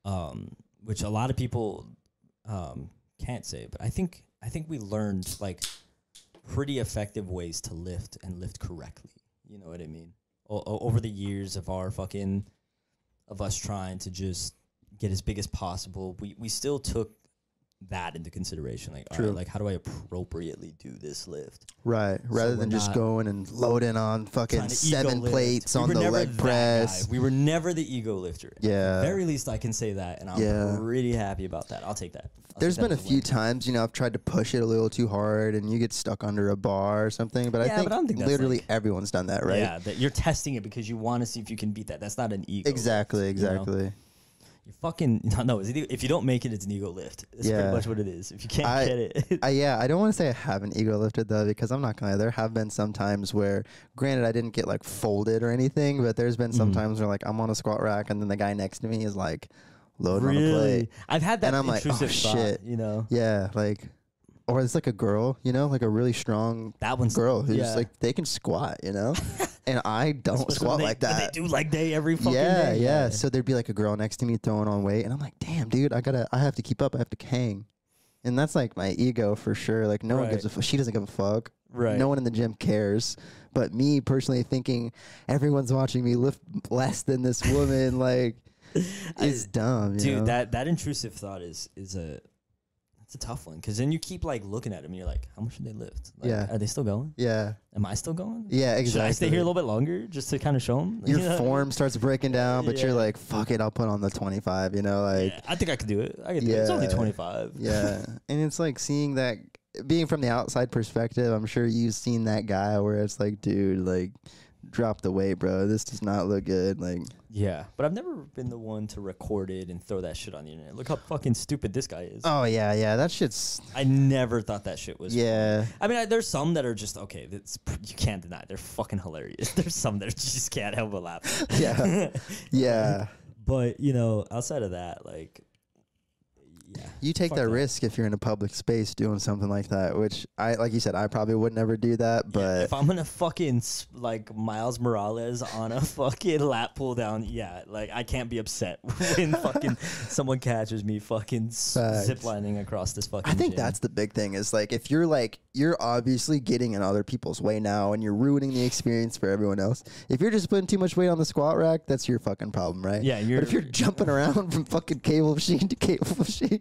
E: um, which a lot of people um, can't say, but I think I think we learned like pretty effective ways to lift and lift correctly. You know what I mean? O- o- over the years of our fucking of us trying to just get as big as possible, we we still took that into consideration. Like, all
B: True.
E: right, like how do I appropriately do this lift?
B: Right. Rather
E: we're
B: than just
E: not
B: going and loading on fucking
E: trying to ego
B: seven
E: lift.
B: plates
E: We
B: on
E: were
B: the
E: never
B: leg
E: that
B: press.
E: guy. We were never the ego lifter. At the
B: Yeah.
E: very least, I can say that, and I'm
B: Yeah.
E: pretty happy about that. I'll take that. I'll
B: There's
E: take that
B: been a
E: as
B: few
E: win.
B: times, you know, I've tried to push it a little too hard, and you get stuck under a bar or something. But I
E: Yeah,
B: think,
E: but I don't think that's,
B: literally
E: like-
B: everyone's done that, right?
E: Yeah, that you're testing it because you want to see if you can beat that. That's not an ego.
B: Exactly,
E: lift, you know?
B: exactly.
E: You fucking no, no. it's either- If you don't make it, it's an ego lift. That's
B: Yeah.
E: pretty much what it is. If you can't
B: I-
E: get it,
B: I, yeah, I don't want to say I haven't ego lifted though, because I'm not gonna. lie, There have been some times where, granted, I didn't get like folded or anything, but there's been
E: Mm-hmm.
B: some times where like I'm on a squat rack, and then the guy next to me is like loading on a
E: really,
B: plate.
E: I've had that
B: And I'm like, oh,
E: intrusive thought,
B: shit.
E: You know,
B: Yeah, like, or it's like a girl, you know, like a really strong
E: that one's
B: girl who's
E: yeah.
B: like they can squat, you know, and I don't
E: Especially
B: squat
E: when they-
B: like
E: when
B: that.
E: They do like day every fucking
B: yeah,
E: day.
B: yeah. So there'd be like a girl next to me throwing on weight, and I'm like, damn, dude, I gotta, I have to keep up. I have to hang. And that's like my ego for sure. Like no one gives a,
E: Right.
B: fu- she doesn't give a fuck.
E: Right.
B: No one in the gym cares. But me personally thinking everyone's watching me lift less than this woman, like, is dumb. You
E: dude
B: know?
E: that that intrusive thought is is a that's a tough one because then you keep like looking at them and you're like how much did they lift like,
B: Yeah.
E: are they still going
B: Yeah.
E: am i still going
B: Yeah. Exactly.
E: should i stay here a little bit longer just to kind of show them
B: Your form starts breaking down, but you're
E: Yeah.
B: like, fuck it, I'll put on the 25. You know, like.
E: i think i could do it i could do it it's only
B: Yeah.
E: 25
B: Yeah. and it's like seeing that being from the outside perspective, I'm sure you've seen that guy where it's like, dude, like drop the weight, bro. This does not look good. Like,
E: Yeah, but I've never been the one to record it and throw that shit on the internet. Look how fucking stupid this guy is.
B: oh yeah, yeah, that shit's
E: I never thought that shit was.
B: yeah.
E: I mean, I, there's some that are just okay. That's you can't deny they're fucking hilarious. There's some that are just can't help but laugh.
B: Yeah. Yeah.
E: But you know, outside of that, like, yeah,
B: You take
E: Fuck
B: that
E: that.
B: risk if you're in a public space doing something like that, which I like you said, I probably would never do that,
E: Yeah,
B: but
E: if I'm gonna fucking s- like Miles Morales on a fucking lap pull down, yeah, like I can't be upset when fucking someone catches me fucking s-
B: Facts.
E: ziplining across this fucking.
B: I think
E: gym.
B: that's the big thing is like if you're like you're obviously getting in other people's way now and you're ruining the experience for everyone else. If you're just putting too much weight on the squat rack, that's your fucking problem, right?
E: Yeah,
B: but if you're
E: you're-
B: jumping around from fucking cable machine to cable machine,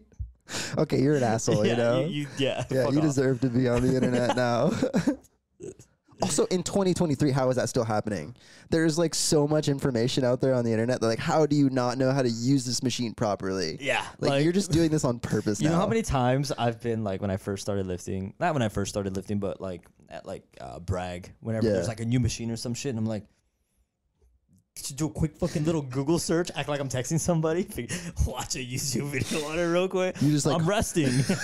B: okay, you're an asshole,
E: yeah,
B: you know.
E: you, yeah,
B: yeah,
E: fuck
B: you
E: off.
B: deserve to be on the internet now. also, in 2023, how is that still happening? There's like so much information out there on the internet. That, like, how do you not know how to use this machine properly?
E: Yeah,
B: like,
E: like-
B: you're just doing this on purpose.
E: You
B: now.
E: know how many times I've been like when I first started lifting, not when I first started lifting, but like at like uh, brag whenever
B: Yeah.
E: there's like a new machine or some shit, and I'm like, just do a quick fucking little Google search, act like I'm texting somebody, fig- watch a YouTube video on it real quick.
B: You just, like-
E: I'm resting.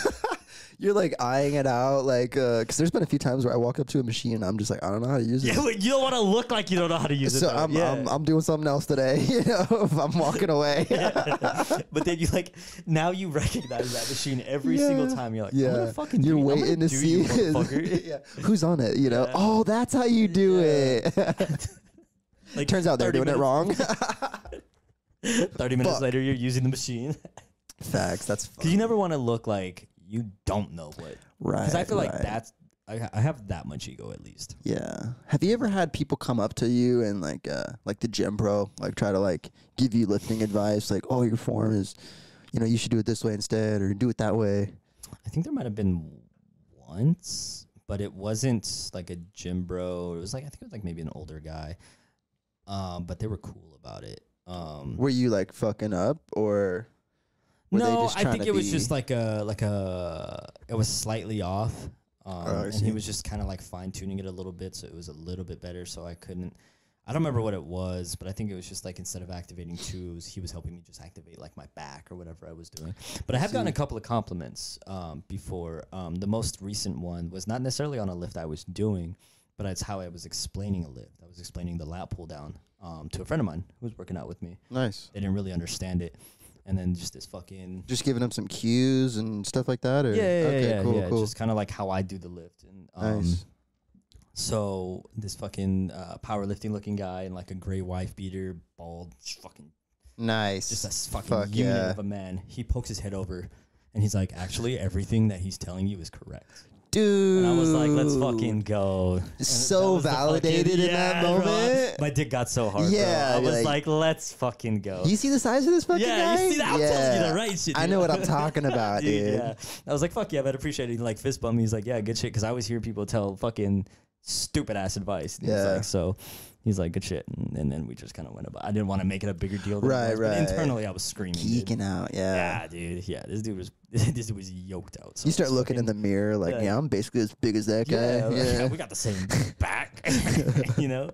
B: you're like eyeing it out, like, because there's been a few times where I walk up to a machine and I'm just like, I don't know how to use it.
E: yeah, but you don't want to look like you don't know how to use it.
B: so
E: though.
B: I'm,
E: yeah.
B: I'm I'm doing something else today. You know, if I'm walking away.
E: but then you like now you recognize that machine every single time. You're like, I'm gonna fucking
B: you're
E: do, I'm gonna
B: waiting to
E: do
B: see
E: you,
B: it.
E: motherfucker.
B: yeah. who's on it. You know, oh, that's how you do it.
E: Like,
B: Turns out they're
E: 30
B: doing it
E: minutes-
B: wrong.
E: Thirty minutes
B: Fuck.
E: later, you're using the machine.
B: Facts. That's
E: Because
B: fun.
E: you never want to look like you don't know what.
B: right.
E: Because I feel like
B: right.
E: that's. I, ha- I have that much ego at least.
B: Yeah. Have you ever had people come up to you and like, uh, like the gym pro, like try to like give you lifting advice, like, oh, your form is, you know, you should do it this way instead, or do it that way.
E: I think there might have been once, but it wasn't like a gym bro. It was like, I think it was like maybe an older guy. Um, but they were cool about it. Um,
B: Were you like fucking up, or were they
E: no,
B: just
E: I
B: trying
E: think
B: to
E: it was just
B: be-
E: like a like a it was slightly off, um,
B: Oh, I
E: and
B: see.
E: he was just kind of like fine tuning it a little bit, so it was a little bit better. So I couldn't, I don't remember what it was, but I think it was just like instead of activating twos, he was helping me just activate like my back or whatever I was doing. But I have gotten a couple of compliments um, before. Um, the most recent one was not necessarily on a lift I was doing, but it's how I was explaining a lift. I was explaining the lat pull down um, to a friend of mine who was working out with me.
B: nice?
E: They didn't really understand it. And then just this fucking
B: Just giving them some cues and stuff like that, or
E: yeah, yeah,
B: okay,
E: yeah,
B: cool,
E: yeah.
B: cool.
E: Just kind of like how I do the lift. And um,
B: Nice.
E: so this fucking uh, powerlifting looking guy and like a gray wife beater, bald, just fucking
B: Nice.
E: just a s- fucking
B: Fuck
E: unit
B: yeah.
E: of a man. He pokes his head over. And he's like, actually, everything that he's telling you is correct.
B: Dude.
E: And I was like, let's fucking go. And that
B: So
E: was the fucking-
B: validated in that
E: bro.
B: moment.
E: My dick got so hard.
B: Yeah,
E: Yeah. I was
B: like-
E: like, let's fucking go.
B: You see the size of this fucking
E: Yeah, you
B: guy?
E: see that? I'm telling you the right shit,
B: I
E: dude.
B: know what I'm talking about, dude.
E: Yeah. I was like, fuck yeah, I'd appreciate it. He, Like fist bump. me. He's like, yeah, good shit. Cause I always hear people tell fucking stupid ass advice. And He's
B: Yeah.
E: like, so he's like, good shit. And, and then we just kind of went about. I didn't want to make it a bigger deal. Than it
B: Right,
E: was, but
B: right.
E: Internally, I was screaming. dude.
B: Geeking out, yeah.
E: Yeah, dude. Yeah, this dude was this dude was yoked out. So
B: You start looking in the mirror, like, yeah.
E: yeah.
B: I'm basically as big as that
E: yeah,
B: guy.
E: like,
B: Yeah,
E: yeah, we got the same back, you know.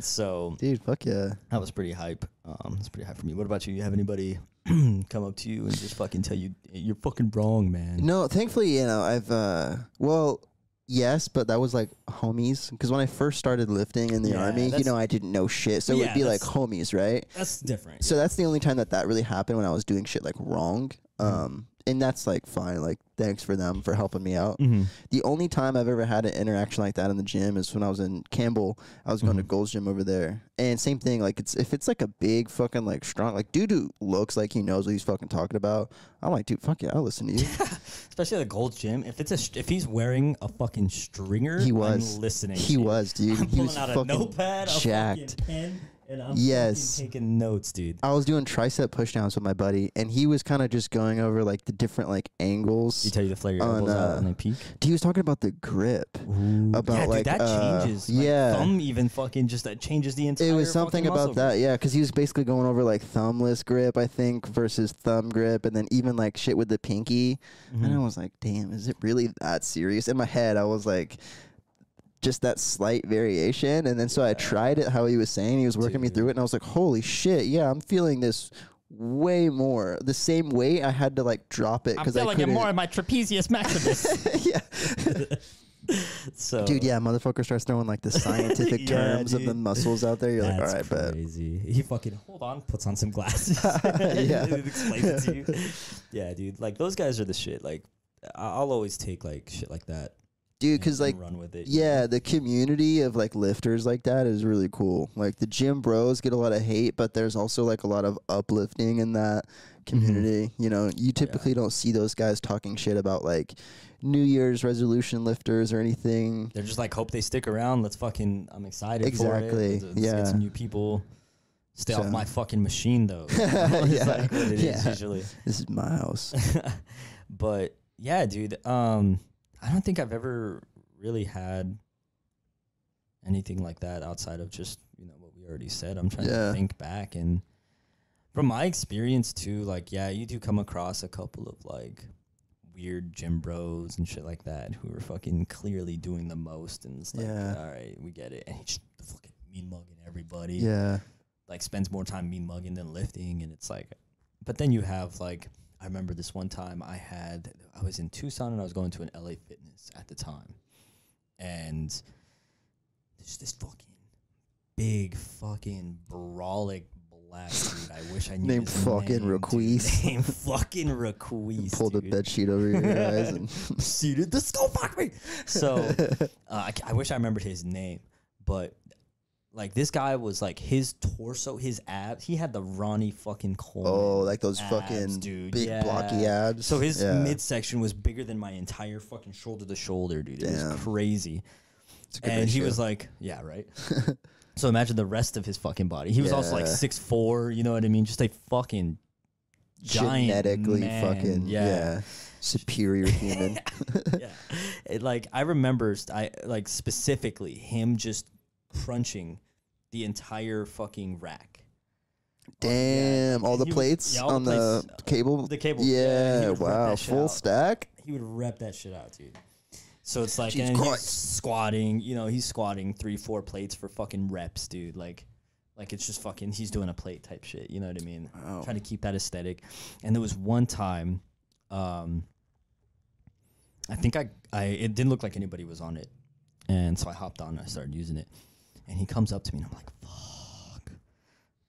E: So
B: dude, fuck yeah.
E: that was pretty hype. Um, it's pretty hype for me. What about you? You have anybody come up to you and just fucking tell you you're fucking wrong, man?
B: No, thankfully, you know, I've uh, well, yes, but that was like homies. Because when I first started lifting in the
E: Yeah,
B: army, you
E: that's-
B: know, I didn't know shit, so it would
E: Yeah,
B: be like
E: that's-
B: homies, right?
E: That's different.
B: So that's the only time that that really happened when I was doing shit like wrong.
E: Mm-hmm.
B: Um, and that's like fine. Like, thanks for them for helping me out.
E: Mm-hmm.
B: The only time I've ever had an interaction like that in the gym is when I was in Campbell. I was going
E: Mm-hmm.
B: to Gold's Gym over there, and same thing. Like, it's if it's like a big fucking like strong like dude who looks like he knows what he's fucking talking about. I'm like, dude, fuck yeah, I'll listen to you.
E: especially at the Gold Gym. If it's a sh- if he's wearing a fucking stringer,
B: He was
E: I'm listening.
B: He
E: dude.
B: was, dude.
E: I'm
B: he
E: pulling
B: was
E: out a
B: fucking
E: notepad, a
B: jacked.
E: fucking pen, and I'm
B: Yes.
E: yes. taking notes, dude.
B: I was doing tricep pushdowns with my buddy, and he was kind of just going over like the different like angles.
E: You tell you to flare your
B: On,
E: elbows
B: uh,
E: out and then peek.
B: he was talking about the grip. About
E: yeah,
B: like
E: dude, that
B: uh,
E: changes. Like,
B: yeah.
E: thumb even fucking just that changes the entire.
B: it was something
E: fucking
B: about
E: muscle
B: that,
E: group.
B: yeah, because he was basically going over like thumbless grip, I think, versus thumb grip, and then even like shit with the
E: Mm-hmm.
B: pinky. And I was like, damn, is it really that serious? In my head, I was like, just that slight variation. And then so I tried it how he was saying. He was working me through it, and I was like, holy shit, yeah, I'm feeling this way more. The same way I had to like drop it because I couldn't.
E: my trapezius maximus.
B: yeah,
E: so,
B: dude, yeah, motherfucker starts throwing like the scientific
E: Yeah,
B: terms of the
E: dude.
B: muscles out there. You're like, all
E: That's
B: right, but
E: crazy. He fucking hold on, puts on some glasses.
B: Yeah.
E: It explains it to you. Yeah, dude. Like those guys are the shit. Like I- I'll always take like shit like that.
B: dude,
E: and-
B: because
E: and
B: like
E: run with it. you
B: Yeah, the community of like lifters like that is really cool. Like the gym bros get a lot of hate, but there's also like a lot of uplifting in that
E: Mm-hmm.
B: community. You
E: Oh,
B: know, you typically don't see those guys talking shit about like New Year's resolution lifters or anything.
E: They're just like, hope they stick around. Let's fucking, I'm excited for it.
B: Exactly,
E: Let's- Let's
B: yeah.
E: get some new people. Stay
B: So-
E: off my fucking machine, though. It's
B: Yeah,
E: like what it is
B: yeah.
E: usually.
B: This is my house.
E: but yeah, dude. Um, I don't think I've ever really had anything like that outside of just you know what we already said. I'm trying
B: Yeah.
E: to think back and from my experience too. Like, yeah, you do come across a couple of like weird gym bros and shit like that who are fucking clearly doing the most and it's like,
B: Yeah.
E: all right, we get it. And he just fucking mean mugging everybody
B: yeah.
E: like spends more time mean mugging than lifting and it's like but then you have like I remember this one time I had I was in Tucson and I was going to an LA fitness at the time. And there's this fucking big fucking brolic black dude. I wish I knew
B: Named
E: his
B: fucking
E: name, dude.
B: Requise.
E: Named fucking Requise.
B: Pulled a
E: dude.
B: bed sheet over your eyes and
E: Seated the skull fuck me. So uh, I, ca- I wish I remembered his name, but like this guy was like his torso, his abs. He had the Ronnie fucking Coleman.
B: oh, like those
E: abs,
B: fucking
E: dude.
B: big
E: Yeah.
B: blocky abs.
E: So his
B: Yeah.
E: midsection was bigger than my entire fucking shoulder to shoulder, dude. It
B: Damn.
E: was crazy.
B: It's a good
E: And he
B: ratio.
E: was like, yeah, right. so imagine the rest of his fucking body. He was also like
B: Yeah.
E: six four. You know what I mean? Just a fucking giant,
B: genetically
E: man.
B: fucking yeah superior human.
E: yeah. It, like I remember, st- I like specifically him just crunching the entire fucking rack.
B: Damn, all the
E: He would-
B: plates
E: yeah, all the
B: on the,
E: plates, uh,
B: cable.
E: the cable, yeah,
B: Yeah,
E: he would rip
B: wow,
E: that shit
B: full
E: out.
B: stack.
E: He would rep that shit out, dude. So it's like,
B: Jesus
E: and he's
B: Christ.
E: squatting. You know, he's squatting three, four plates for fucking reps, dude. Like, like it's just fucking. He's doing a plate type shit. You know what I mean? Trying to keep that aesthetic. And there was one time, um, I think I, I it didn't look like anybody was on it, and so I hopped on and I started using it. And he comes up to me and I'm like, fuck.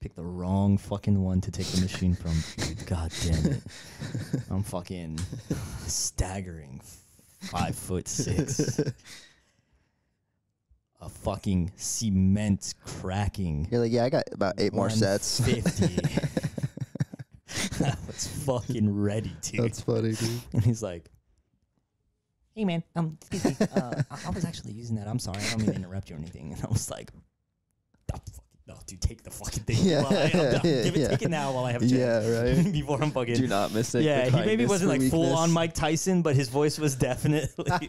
E: Pick the wrong fucking one to take the machine from. dude. God damn it. I'm fucking staggering five foot six. A fucking cement cracking
B: You're like, yeah, I got about eight more sets.
E: 50. I was fucking ready, dude.
B: funny, dude.
E: and he's like, Hey, man, um, excuse me. Uh, I, I was actually using that. I'm sorry. I don't mean to interrupt you or anything. And I was like, "Oh, fuck, No, dude, take the fucking thing.
B: Yeah,
E: While I, I'm, I'm,
B: yeah,
E: give it,
B: yeah.
E: Take it now while I have a chance.
B: Yeah, right.
E: Before I'm fucking.
B: Do not mistake.
E: yeah,
B: the
E: he maybe
B: kindness
E: wasn't
B: for
E: like full on
B: weakness.
E: Mike Tyson, but his voice was definitely. like-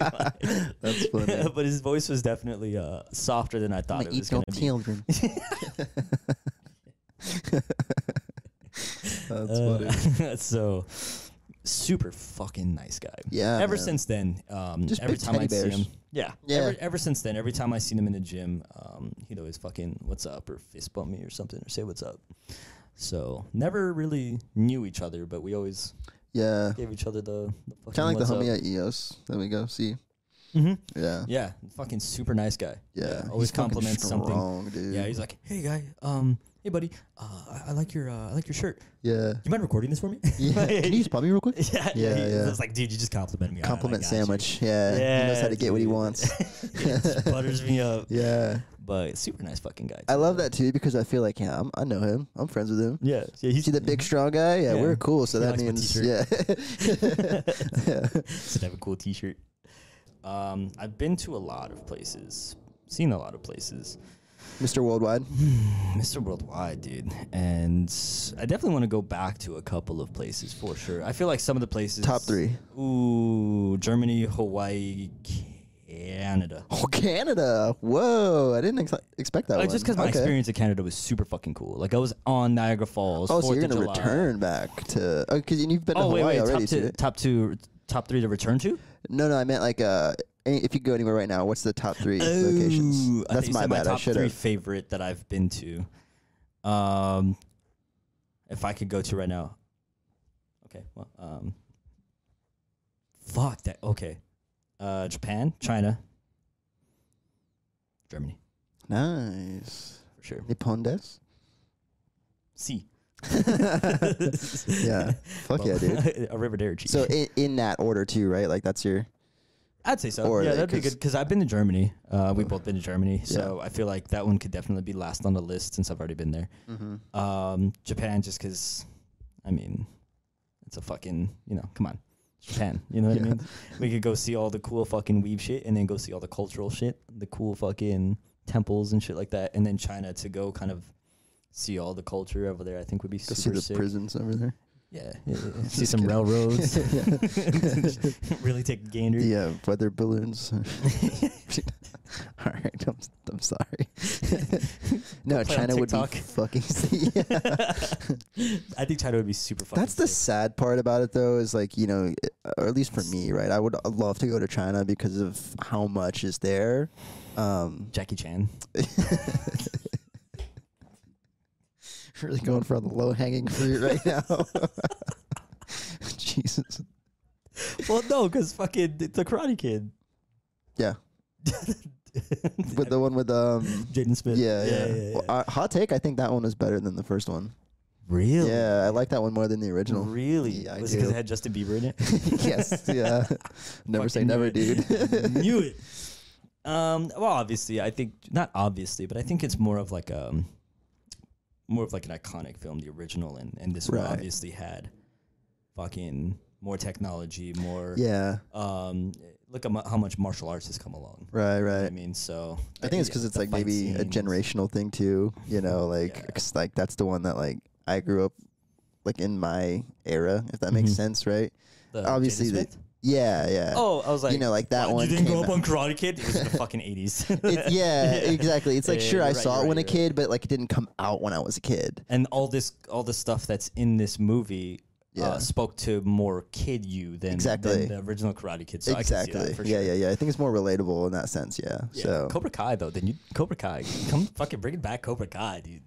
B: That's funny.
E: but his voice was definitely uh, softer than I thought
B: I'm
E: it
B: gonna eat
E: was going
B: your
E: to be.
B: children. That's
E: Uh,
B: funny.
E: so super fucking nice guy.
B: Yeah,
E: Ever
B: man.
E: since then, um,
B: Just
E: every
B: big
E: time I
B: teddy
E: see
B: bears.
E: him, yeah,
B: Yeah.
E: Ever, ever since then, every time I seen him in the gym, um, he'd always fucking what's up or fist bump me or something or say what's up. So never really knew each other, but we always
B: Yeah,
E: gave each other the, the fucking
B: kind of like
E: what's
B: the homie
E: up.
B: at E EOS. There we go. See.
E: Mhm.
B: Yeah.
E: Yeah, fucking super nice guy.
B: Yeah. he's
E: always
B: fucking
E: compliments something.
B: strong, Dude.
E: Yeah, he's like, hey guy, um, hey buddy, uh, I, I like your uh, I like your shirt.
B: yeah.
E: You mind recording this for me?
B: Yeah. Can you just pop me real quick?
E: Yeah, yeah.
B: Yeah,
E: he-
B: yeah.
E: It's like, dude, you just complimented me. All right, I
B: Compliment
E: got you.
B: sandwich. Yeah. He knows how
E: Yeah,
B: to get what he
E: dude.
B: wants.
E: Yeah, it just butters me up.
B: yeah.
E: But super nice fucking guy.
B: I
E: too.
B: love that too because I feel like yeah, I'm, I know him. I'm friends with him.
E: Yeah, yeah. He's
B: See that big strong guy? Yeah,
E: Mm-hmm. Yeah.
B: we're cool. So
E: He
B: that
E: likes my
B: means yeah.
E: t-shirt. should have a cool T-shirt. Um, I've been to a lot of places, seen a lot of places.
B: Mr. Worldwide.
E: Mr. Worldwide, dude, and I definitely want to go back to a couple of places for sure. I feel like some of the places
B: Top three.
E: Ooh, Germany, Hawaii, Canada.
B: Oh, Canada. Whoa. I didn't ex- expect that
E: Uh,
B: one.
E: just because my
B: Okay.
E: experience in Canada was super fucking cool. Like I was on Niagara Falls.
B: Oh, so
E: 4th
B: you're
E: of
B: going to
E: July.
B: return back to. Oh, because you've been to
E: Oh wait,
B: Hawaii
E: wait, top
B: already
E: two,
B: too.
E: top two, top three to return to.
B: No, no, I meant like uh, any- if you go anywhere right now, what's the top three
E: Ooh,
B: locations?
E: Oh, I thought
B: That's
E: you
B: my
E: said
B: bad. I
E: top
B: should
E: three
B: have.
E: favorite that I've been to. Um, if I could go to right now. Okay. Well, um, fuck that. Okay. Uh, Japan, China, Germany
B: Nice.
E: for sure.
B: Nippon des?
E: C.
B: Yeah. Fuck yeah, dude.
E: a river dare cheese.
B: So in, in that order too, right? Like that's your
E: I'd say so.
B: Or
E: yeah,
B: they-
E: that'd be good
B: 'cause-
E: because I've been to Germany. Uh, we've both been to Germany, so I feel like that one could definitely be last on the list since I've already been there. Um, Japan, just because, I mean, it's a fucking you know, come on, it's Japan. You know what I mean? We could go see all the cool fucking weeb shit, and then go see all the cultural shit, the cool fucking temples and shit like that, and then China to go kind of see all the culture over there. I think would be
B: go see
E: super
B: the
E: sick.
B: prisons over there.
E: Yeah, yeah, yeah, yeah. see some railroads. really take a gander.
B: The uh, weather balloons. All right, I'm, I'm sorry. no,
E: play on
B: China would be
E: TikTok.
B: fucking. yeah.
E: I think China would be super fucking.
B: That's the
E: sick.
B: sad part about it, though, is like you know, uh, or at least for me, right? I would uh, love to go to China because of how much is there. Um,
E: Jackie Chan.
B: really going for the low hanging fruit right now. Jesus.
E: Well, no, because fucking it's a Karate Kid.
B: Yeah, with the one with um.
E: Jaden Smith.
B: Yeah, yeah. Well, uh, hot take. I think that one was better than the first one.
E: really?
B: Yeah, I like that one more than the original.
E: Really?
B: Yeah, I
E: Was it because
B: do.
E: it had Justin Bieber in it?
B: yes. Yeah. never say
E: Fucking
B: never,
E: knew
B: dude.
E: it. knew it. Um, well, obviously, I think not obviously, but I think it's more of like um, more of like an iconic film, the original, and and this
B: Right.
E: one obviously had fucking more technology, more
B: yeah.
E: um look at mu- how much martial arts has come along
B: Right.
E: I
B: Right.
E: mean, so
B: I think it's because it's like maybe a generational thing too. You know, like
E: Yeah.
B: 'cause, like that's the one that like I grew up like in my era, if that makes
E: Mhm.
B: sense, right? Obviously, the, yeah, yeah.
E: Oh, I was like,
B: you know, like that
E: "What,
B: one.
E: You didn't
B: came
E: grow up
B: out-
E: on Karate Kid. It was in the fucking eighties.
B: It- yeah, exactly. It's like
E: Yeah,
B: sure,
E: you're
B: I
E: right,
B: saw
E: you're
B: it when
E: right,
B: a
E: you're
B: kid, but like it didn't come out when I was a kid.
E: And all this, all the stuff that's in this movie.
B: Yeah.
E: Uh, spoke to more kid you than,
B: Exactly.
E: than the original Karate Kid. So I can see
B: exactly.
E: that for
B: Yeah,
E: sure.
B: yeah, yeah. I think it's more relatable in that sense. Yeah.
E: Yeah,
B: So
E: Cobra Kai though, then you Cobra Kai, come fucking bring it back, Cobra Kai, dude.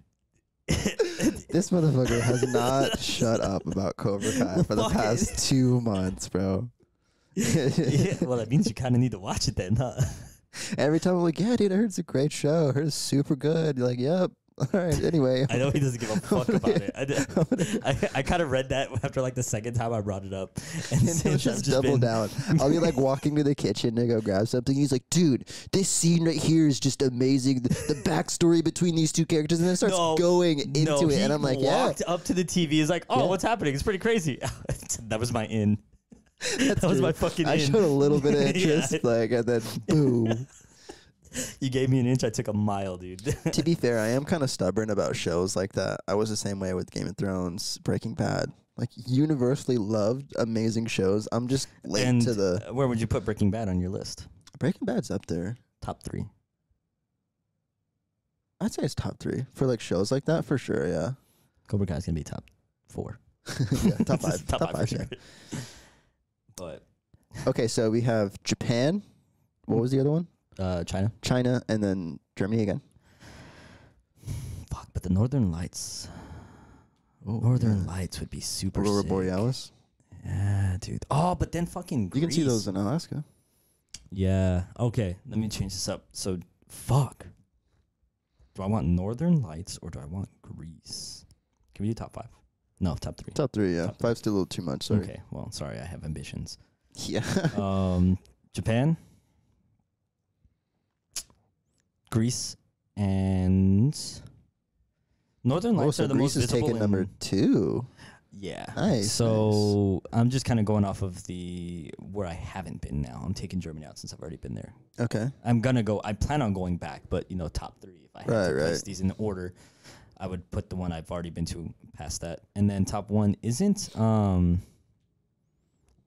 B: this motherfucker has not shut up about Cobra Kai for the
E: Fuck it.
B: past two months, bro.
E: yeah, well, that means you kind of need to watch it then, huh?
B: Every time I'm like, yeah, dude, I heard it's a great show. I heard it's super good. You're like, yep. All right. Anyway,
E: I know he doesn't give a fuck about it. I, did- I, I kind of read that after like the second time I brought it up, and,
B: and he'll
E: since I've
B: just double
E: been-
B: down. I'll be like walking to the kitchen to go grab something. He's like, dude, this scene right here is just amazing. The, the backstory between these two characters, and then it starts
E: No,
B: going into
E: no,
B: it,
E: he
B: and I'm like, yeah,
E: walked up to the TV. He's like, oh,
B: Yeah.
E: what's happening? It's pretty crazy. that was my in.
B: that's
E: that was
B: true.
E: my fucking
B: I
E: in.
B: showed a little bit of
E: Yeah.
B: interest, like, and then boom.
E: You gave me an inch. I took a mile, dude.
B: to be fair, I am kind of stubborn about shows like that. I was the same way with Game of Thrones, Breaking Bad. Like universally loved, amazing shows. I'm just late
E: and
B: to the
E: uh, where would you put Breaking Bad on your list?
B: Breaking Bad's up there.
E: Top three.
B: I'd say it's top three for like shows like that for sure. Yeah,
E: Cobra Kai's gonna be top four.
B: yeah, top five, top, five.
E: for
B: yeah.
E: sure. But
B: Okay, so we have Japan. What was the other one?
E: uh, China,
B: China, and then Germany again.
E: fuck. But the Northern Lights. Northern Lights would be super.
B: Aurora
E: sick.
B: Borealis.
E: Yeah, dude. Oh, but then fucking.
B: You can see
E: Greece.
B: those in Alaska.
E: Yeah. Okay. Let me change this up. So, fuck. Do I want Northern Lights or do I want Greece? Can we do top five? No, top three.
B: Top three. Yeah,
E: Top three.
B: five's still a little too much. Sorry.
E: okay. Well, sorry. I have ambitions.
B: Yeah.
E: Um, Japan, Greece, and Northern
B: Oh,
E: Lights
B: so
E: are the
B: Greece
E: most
B: is
E: visible.
B: taking
E: in-
B: number two.
E: Yeah.
B: Nice,
E: So I'm just kind of going off of the where I haven't been now. I'm taking Germany out since I've already been there.
B: Okay.
E: I'm gonna go. I plan on going back, but you know, top three. If I had
B: Right,
E: to place
B: right.
E: these in order, I would put the one I've already been to past that, and then top one isn't. Um,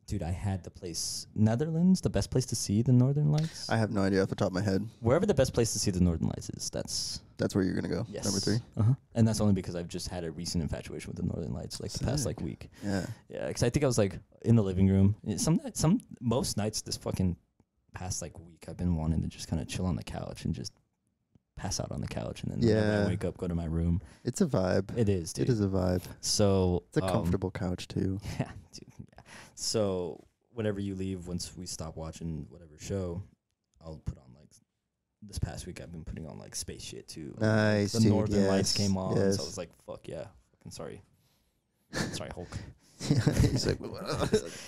E: dude, I had the place Netherlands, the best place to see the Northern Lights.
B: I have no idea off the top of my head.
E: Wherever the best place to see the Northern Lights is, that's
B: That's where you're gonna go.
E: yes.
B: Number three.
E: Uh-huh. and that's only because I've just had a recent infatuation with the Northern Lights, like the past like week.
B: Yeah.
E: Eh, Yeah, because I think I was like in the living room. Some some most nights this fucking past like week, I've been wanting to just kind of chill on the couch and just pass out on the couch, and then whenever
B: Yeah.
E: I wake up, go to my room.
B: It's a vibe.
E: It is, dude.
B: It is a vibe.
E: So
B: It's a
E: um,
B: comfortable couch too.
E: Yeah, dude. Yeah. So whenever you leave, once we stop watching whatever show, I'll put on like this past week. I've been putting on like space shit too.
B: Nice,
E: the
B: dude.
E: Northern Lights
B: yes,
E: came on,
B: Yes.
E: so I was like, "Fuck yeah!" Fucking sorry, sorry Hulk.
B: He's like,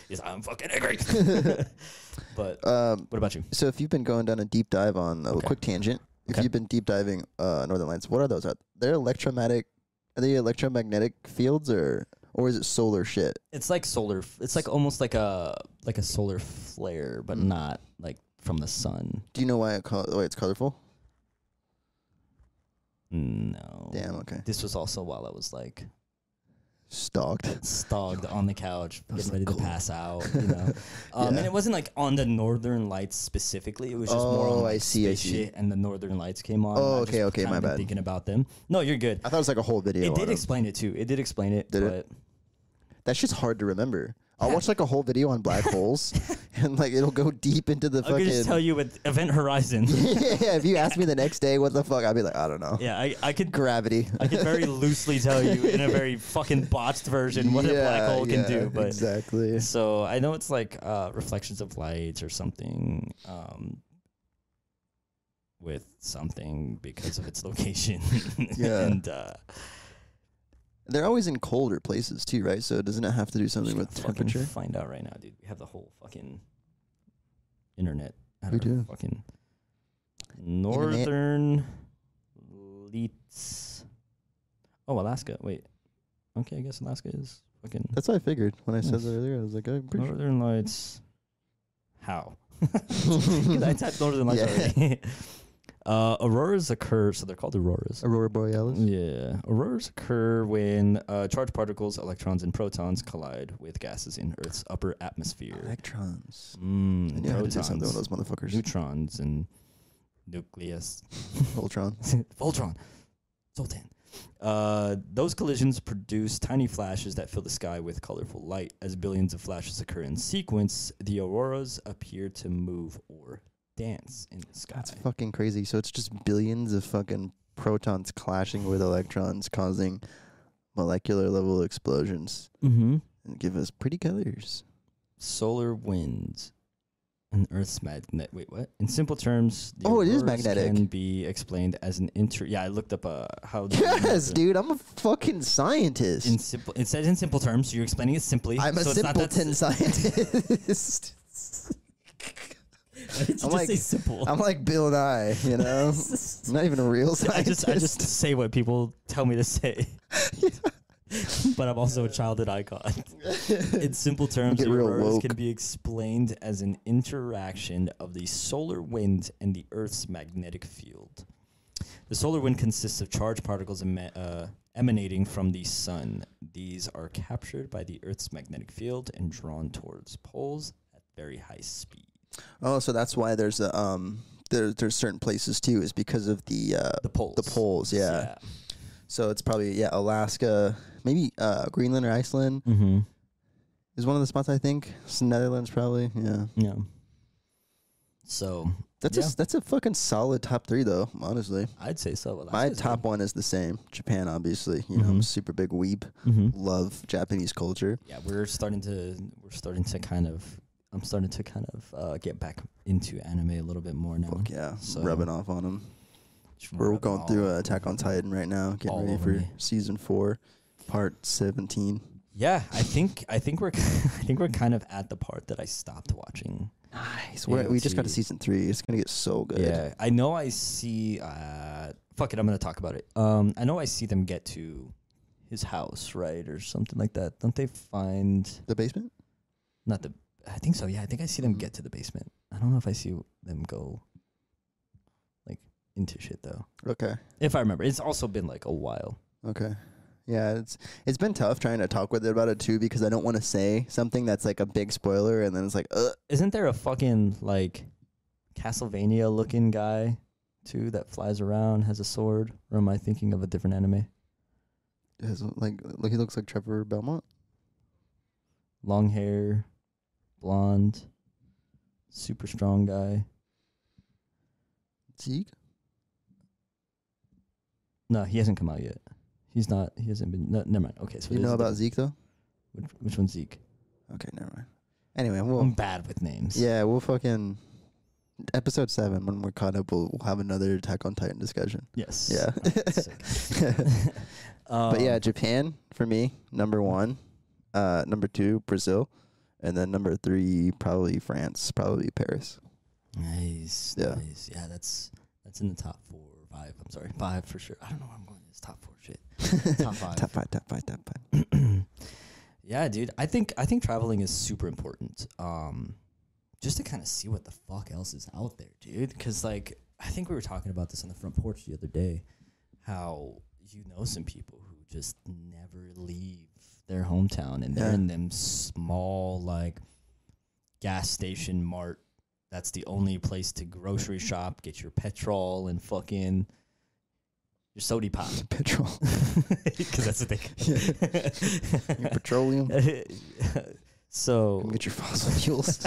E: He's like, I'm fucking angry. but
B: um,
E: what about you?
B: so if you've been going down a deep dive on a
E: Okay.
B: quick tangent, if
E: Okay.
B: you've been deep diving uh, Northern Lights, what are those? Are they electromagnetic? Are they electromagnetic fields or or is it solar shit?
E: It's like solar. f- It's like almost like a like a solar flare,
B: Mm.
E: but not like from the sun.
B: Do you know why it call, why it's colorful?
E: No.
B: Damn. Okay.
E: This was also while I was like
B: Stalked.
E: stogged on the couch,
B: was
E: getting ready
B: cool.
E: to pass out. You know, um,
B: Yeah.
E: and it wasn't like on the Northern Lights specifically. It was just more
B: Oh,
E: on like,
B: I see, I
E: space
B: see.
E: shit, and the Northern Lights came on.
B: Oh,
E: I've just
B: okay, okay,
E: kinda
B: my
E: been
B: bad.
E: Thinking about them. No, you're good.
B: I thought it was like a whole video.
E: It
B: on
E: did
B: 'em.
E: explain it too. It did explain it,
B: Did
E: but
B: it? That's just hard to remember. I'll watch like a whole video on black holes, and like it'll go deep into the
E: I could just tell
B: fucking.
E: you with Event Horizon.
B: yeah, if you ask me the next day what the fuck, I'll be like, I don't know.
E: yeah, I, I could
B: Gravity.
E: I could very loosely tell you in a very fucking botched version what a black
B: Yeah,
E: hole
B: yeah,
E: can do. But
B: exactly.
E: so I know it's like uh, reflections of light or something um, with something because of its location.
B: Yeah.
E: and uh,
B: They're always in colder places too, right? So doesn't it have to do something with
E: fucking
B: temperature?
E: Find out right now, dude. We have the whole fucking internet. at
B: We
E: our
B: do.
E: Fucking northern lights. Oh, Alaska. Wait. Okay, I guess Alaska is fucking
B: That's what I figured when I said
E: Nice.
B: that earlier. I was like, I'm pretty sure.
E: northern lights. How? 'Cause I typed northern lights
B: Yeah.
E: already. uh, auroras occur, so they're called auroras.
B: Aurora Borealis.
E: Yeah, auroras occur when uh, charged particles, electrons, and protons collide with gases in Earth's upper atmosphere.
B: Electrons. I
E: Mm,
B: knew I had to do something with those
E: protons,
B: motherfuckers.
E: neutrons, and nucleus.
B: Voltron.
E: Voltron. Zoltan. Uh, those collisions produce tiny flashes that fill the sky with colorful light. As billions of flashes occur in sequence, the auroras appear to move or dance in the sky.
B: That's fucking crazy. So it's just billions of fucking protons clashing with electrons, causing molecular level explosions
E: mm-hmm.
B: and give us pretty colors.
E: Solar winds and Earth's magnet. Wait, what? In simple terms, the
B: Oh, it is
E: auroras
B: magnetic.
E: Can be explained as an inter. Yeah, I looked up uh, how. the-
B: Yes,
E: the-
B: dude. I'm a fucking scientist.
E: In simple, it says in simple terms. So you're explaining it simply.
B: I'm a
E: so it's not that
B: simpleton
E: s-
B: scientist.
E: Why did you
B: I'm
E: just
B: like-
E: say simple.
B: I'm like Bill Nye, you know? I'm not even a real
E: I
B: scientist.
E: just I just say what people tell me to say. but I'm also a childhood icon. In simple terms,
B: Get
E: the
B: real
E: auroras
B: woke.
E: can be explained as an interaction of the solar wind and the Earth's magnetic field. The solar wind consists of charged particles ema- uh, emanating from the sun. These are captured by the Earth's magnetic field and drawn towards poles at very high speed.
B: Oh, so that's why there's a um there, there's certain places too is because of the uh
E: The poles.
B: the poles, yeah. So it's probably yeah, Alaska, maybe uh Greenland or Iceland
E: Yeah. Mm-hmm.
B: is one of the spots I think. It's Netherlands probably. Yeah.
E: Yeah. So
B: That's
E: Yeah.
B: a that's a fucking solid top 3 though, honestly.
E: I'd say so. Alaska's
B: My
E: good. Mm-hmm.
B: top one is the same. Japan obviously, you know, I'm a super big weeb.
E: Mhm.
B: Love Japanese culture.
E: Yeah, we're starting to we're starting to kind of I'm starting to kind of uh, get back into anime a little bit more now.
B: Fuck yeah.
E: So-
B: Rubbing off on them.
E: Just
B: We're
E: rubbing
B: going
E: all
B: through uh,
E: over.
B: Attack on Titan right now, getting
E: All
B: ready
E: over
B: for
E: me.
B: season 4, part 17.
E: Yeah, I think I think we're I think we're kind of at the part that I stopped watching.
B: Nice. We're, we just got to
E: AOT.
B: season three. It's gonna get so good.
E: Yeah, I know I see. Uh, fuck it, I'm gonna talk about it. Um, I know I see them get to his house, right, or something like that. Don't they find
B: The basement.
E: not the? I think so. Yeah, I think I see
B: Mm-hmm.
E: them get to the basement. I don't know if I see them go like into shit though.
B: Okay.
E: If I remember, it's also been like a while.
B: Okay. Yeah, it's it's been tough trying to talk with it about it too because I don't want to say something that's like a big spoiler and then it's like, uh,
E: Isn't there a fucking like Castlevania looking guy too that flies around has a sword? Or am I thinking of a different anime?
B: it's like like he looks like Trevor Belmont.
E: Long hair, blonde, super strong guy.
B: Zeke?
E: No, he hasn't come out yet. He's not. He hasn't been. No, never mind. Okay, so
B: You
E: it is
B: know
E: a
B: about
E: different-
B: Zeke though?
E: Which, which one's Zeke?
B: Okay, never mind. Anyway, we'll
E: I'm bad with names.
B: yeah, we'll fucking episode seven when we're caught up. We'll, we'll have another Attack on Titan discussion.
E: Yes. Oh,
B: Yeah.
E: That's sick.
B: But yeah,
E: Um,
B: Japan for me number one, uh, number two Brazil, and then number three probably France, probably Paris.
E: Nice.
B: Yeah.
E: Nice. Yeah, that's that's in the top four or five. I'm sorry, five for sure. I don't know where I'm going with this top four shit. top five.
B: Top five, top five, top five.
E: yeah, dude. I think I think traveling is super important. Um, just to kind of see what the fuck else is out there, dude. Because like I think we were talking about this on the front porch the other day, how you know some people who just never leave their hometown and they're
B: Yeah.
E: in them small like gas station mart. That's the only place to grocery shop, get your petrol and fucking your sody pop.
B: Petrol,
E: Because that's what they.
B: your petroleum.
E: so
B: Come get your fossil fuels.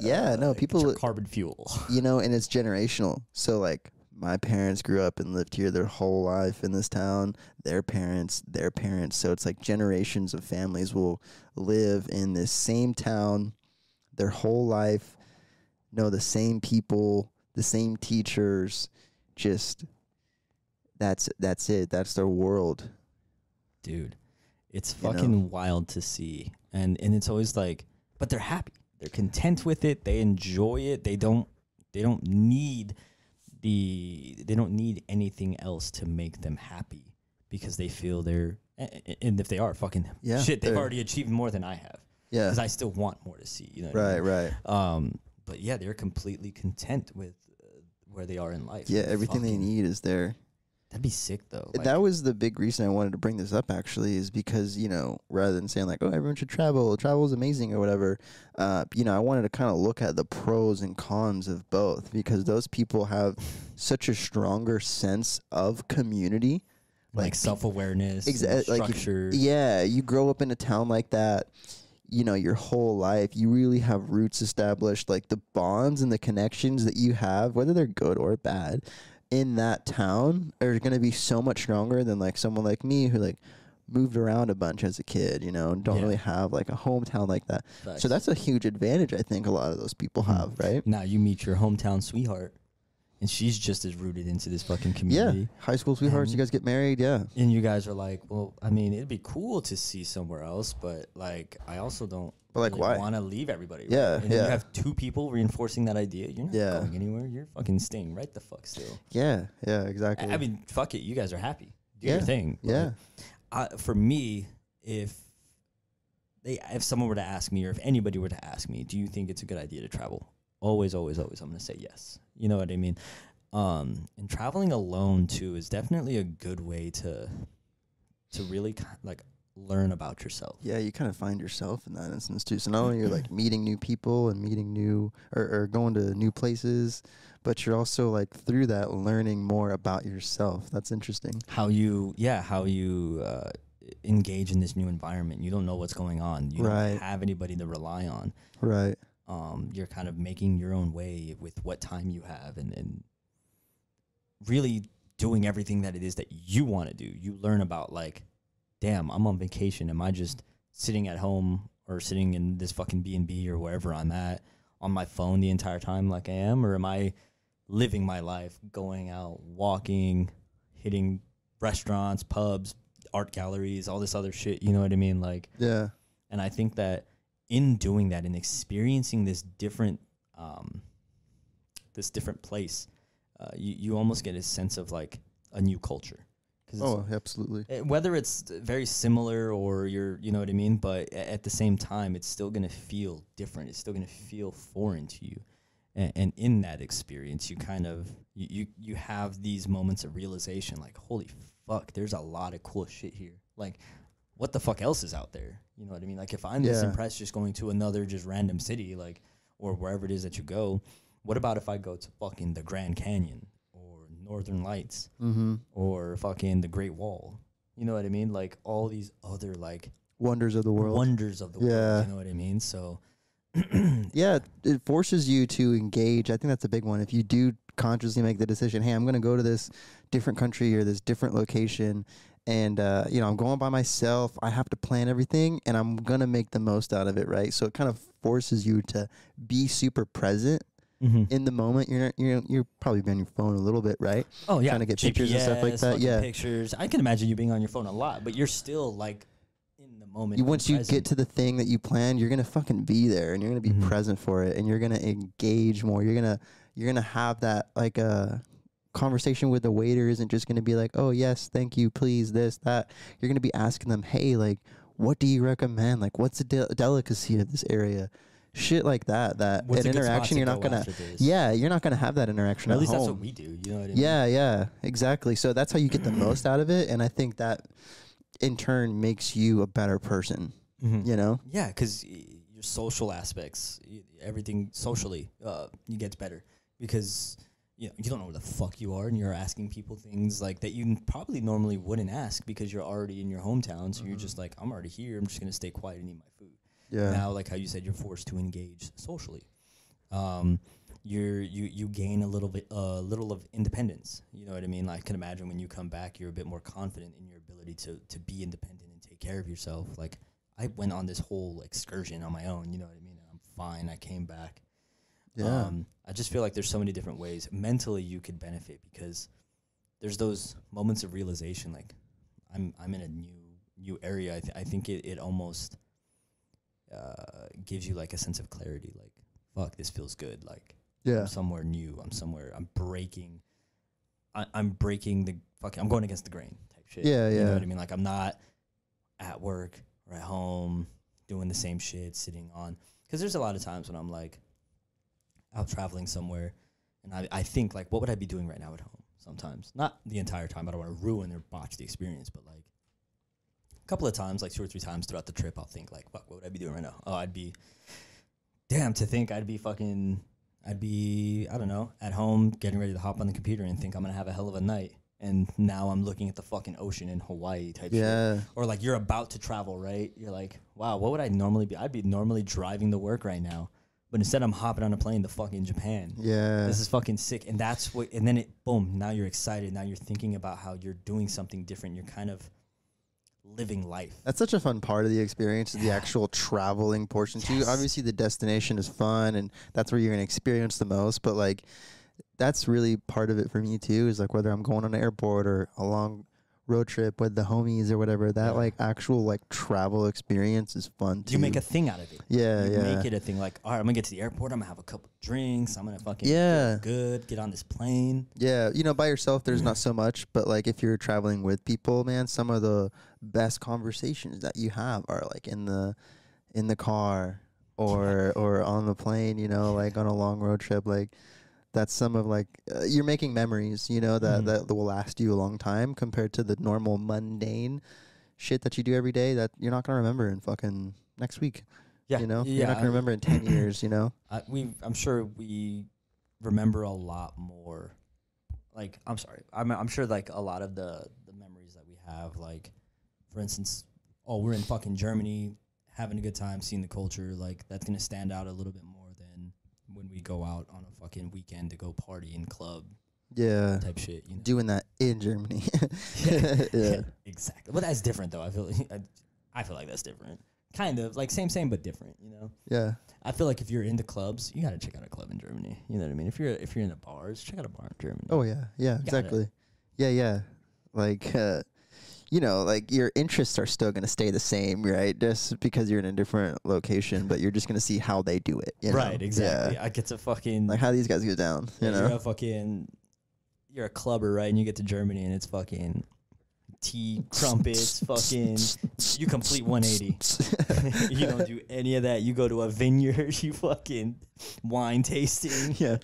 B: yeah, no,
E: uh, get
B: people,
E: your carbon fuel.
B: you know, and it's generational. So, like, my parents grew up and lived here their whole life in this town, their parents, their parents. So, it's like generations of families will live in this same town their whole life, know the same people, the same teachers, just. That's that's it. That's their world.
E: Dude, it's
B: You know?
E: fucking wild to see. And and it's always like but they're happy. They're content with it. They enjoy it. They don't they don't need the they don't need anything else to make them happy because they feel they're a- a- and if they are fucking
B: Yeah,
E: shit, they've
B: they're-
E: already achieved more than I have.
B: Yeah.
E: Because I still want more to see, you know. what I mean?
B: Right, right.
E: Um, but yeah, they're completely content with uh, where they are in life.
B: Yeah, everything they
E: Fucking-
B: need is there.
E: That'd be sick though. Like,
B: that was the big reason I wanted to bring this up actually is because, you know, rather than saying like, oh, everyone should travel, travel is amazing or whatever, uh, you know, I wanted to kind of look at the pros and cons of both because those people have such a stronger sense of community.
E: like,
B: like,
E: self awareness,
B: Exact-
E: exactly.
B: like if-
E: Structure.
B: yeah you grow up in a town like that you know your whole life you really have roots established like the bonds and the connections that you have whether they're good or bad in that town are going to be so much stronger than like someone like me who like moved around a bunch as a kid you know and don't
E: Yeah.
B: really have like a hometown like that so that's a huge advantage i think a lot of those people have right
E: now you meet your hometown sweetheart, and she's just as rooted into this fucking
B: yeah
E: community.
B: high school sweethearts you guys get married yeah
E: and you guys are like, well, I mean, it'd be cool to see somewhere else, but like, I also don't
B: But, like, why?
E: want to leave everybody. right?
B: Yeah,
E: and then
B: yeah.
E: you have two people reinforcing that idea. You're not
B: Yeah.
E: going anywhere. You're fucking staying right the fuck still.
B: yeah yeah
E: I-
B: exactly
E: I mean, fuck it. You guys are happy. Do
B: Yeah,
E: your thing. but
B: yeah
E: I, for me, if they, if someone were to ask me, or if anybody were to ask me, do you think it's a good idea to travel? Always, always, always, I'm gonna say yes. You know what I mean? Um, and traveling alone too is definitely a good way to to really ki- like learn about yourself.
B: Yeah, you kind of find yourself in that instance too. So not only you're like meeting new people and meeting new or, or going to new places, but you're also like through that learning more about yourself. That's interesting.
E: How you, yeah, how you uh, engage in this new environment. You don't know what's going on. You
B: Right.
E: don't have anybody to rely on.
B: Right.
E: um, you're kind of making your own way with what time you have and, and really doing everything that it is that you want to do. You learn about like, damn, I'm on vacation. Am I just sitting at home or sitting in this fucking B and B or wherever I'm at on my phone the entire time like I am, or am I living my life, going out, walking, hitting restaurants, pubs, art galleries, all this other shit. You know what I mean? Like
B: Yeah.
E: and I think that in doing that and experiencing this different, um, this different place, uh, you, you almost get a sense of like a new culture. 'Cause it's-
B: Oh, absolutely.
E: eh, whether it's very similar or you're, you know what I mean, but a- at the same time, it's still going to feel different. It's still going to feel foreign to you. And, and in that experience, you kind of, you, you, you have these moments of realization like, holy fuck, there's a lot of cool shit here. Like, what the fuck else is out there? You know what I mean? Like, if I'm this
B: Yeah.
E: impressed just going to another just random city, like, or wherever it is that you go, what about if I go to fucking the Grand Canyon or Northern Lights?
B: Mm-hmm.
E: or fucking the Great Wall. You know what I mean? Like all these other like
B: wonders of the world.
E: wonders of the
B: Yeah.
E: world. You know what I mean? So
B: yeah, it- it forces you to engage. I think that's a big one. If you do consciously make the decision, hey, I'm going to go to this different country or this different location, and uh, you know, I'm going by myself. I have to plan everything, and I'm going to make the most out of it, right? So it kind of forces you to be super present. In the moment, you're not- you're you're probably been on your phone a little bit, right?
E: Oh yeah,
B: trying to get pictures and stuff like
E: GPS,
B: that.
E: fucking
B: Yeah,
E: pictures. I can imagine you being on your phone a lot, but you're still like in the moment.
B: you,
E: and
B: once you get
E: present.
B: to the thing that you planned, you're gonna fucking be there and you're gonna be present for it and you're gonna engage more. You're gonna you're gonna have that like uh, conversation with the waiter isn't just gonna be like, oh yes, thank you, please, this that. You're gonna be asking them, hey, like, what do you recommend? Like, what's the del- delicacy of this area? Shit like that. That
E: What's
B: an
E: a good spot
B: interaction
E: to
B: you're not
E: go
B: gonna.
E: after this?
B: Yeah, you're not gonna have that interaction
E: Or at least
B: home.
E: that's what we do. You know what I mean?
B: Yeah, yeah, exactly. So that's how you get the most out of it, and I think that in turn makes you a better person.
E: Mm.
B: You know,
E: yeah, because your social aspects, y- everything socially, uh, you get better because you know you don't know where the fuck you are, and you're asking people things like that you n- probably normally wouldn't ask because you're already in your hometown. So you're just like, I'm already here. I'm just gonna stay quiet and eat my food.
B: Yeah.
E: Now, like how you said, you're forced to engage socially. um, you're you you gain a little bit a little of independence. You know what I mean? Like, I can imagine when you come back, you're a bit more confident in your ability to to be independent and take care of yourself. Like, I went on this whole excursion on my own. You know what I mean? And I'm fine. I came back.
B: Yeah.
E: Um, I just feel like there's so many different ways mentally you could benefit because there's those moments of realization. Like, I'm I'm in a new new area. I, th- I think it, it almost uh, gives you like a sense of clarity. Like, fuck, this feels good. Like,
B: yeah,
E: I'm somewhere new. I'm somewhere. I'm breaking. I, I'm breaking the fucking. I'm going against the grain type shit.
B: Yeah,
E: You
B: yeah.
E: know what I mean? Like I'm not at work or at home doing the same shit, sitting on. Because there's a lot of times when I'm like out traveling somewhere, and I, I think like, what would I be doing right now at home? Sometimes, not the entire time. I don't want to ruin or botch the experience, but like a couple of times, like two or three times throughout the trip, I'll think like, fuck, what would I be doing right now? Oh, I'd be damn to think I'd be fucking I'd be I don't know at home getting ready to hop on the computer and think I'm gonna have a hell of a night and now I'm looking at the fucking ocean in Hawaii type
B: Yeah.
E: shit or like you're about to travel right you're like wow what would I normally be I'd be normally driving to work right now but instead I'm hopping on a plane to fucking Japan
B: yeah,
E: this is fucking sick and that's what and then it boom now you're excited now you're thinking about how you're doing something different you're kind of living life
B: That's such a fun part of the experience, is the actual traveling portion too. Obviously, the destination is fun, and that's where you're gonna experience the most. But like, that's really part of it for me too. Is like whether I'm going on an airport or a long road trip with the homies or whatever. That like actual like travel experience is fun too.
E: you make a thing out of it
B: yeah,
E: you
B: yeah,
E: make it a thing like, all right, I'm gonna get to the airport. I'm gonna have a couple drinks. I'm gonna fucking feel
B: Yeah.
E: good. Get on this plane.
B: Yeah, you know, by yourself, there's not so much, but like if you're traveling with people, man, some of the best conversations that you have are like in the in the car or or on the plane, you know, like on a long road trip, like that's some of like uh, you're making memories, you know, that,
E: Mm-hmm.
B: that will last you a long time compared to the normal mundane shit that you do every day that you're not gonna remember in fucking next week.
E: Yeah,
B: You know, you're
E: yeah,
B: not gonna
E: I-
B: remember in ten years. You know,
E: I, we, I'm sure we remember a lot more. Like, I'm sorry, I'm, I'm sure like a lot of the the memories that we have, like, for instance, oh, we're in fucking Germany, having a good time, seeing the culture. Like, that's gonna stand out a little bit more than when we go out on a fucking weekend to go party and club
B: yeah,
E: type shit. You know?
B: doing that in Germany. yeah.
E: exactly. But that's different, though. I feel I, I feel like that's different. Kind of like same, same, but different. You know.
B: Yeah.
E: I feel like if you're into clubs, you gotta check out a club in Germany. You know what I mean? If you're if you're into bars, check out a bar in Germany.
B: Oh yeah, yeah, exactly. Yeah, yeah. Like uh you know, like your interests are still going to stay the same, right? Just because you're in a different location, but you're just going to see how they do it. you know?
E: right,
B: Yeah.
E: exactly. I get to fucking
B: Like how these guys go down, you
E: you are
B: know?
E: a fucking you're a clubber, right? And you get to Germany and it's fucking tea trumpets, fucking you complete 180. you don't do any of that. You go to a vineyard, you fucking wine tasting.
B: Yeah.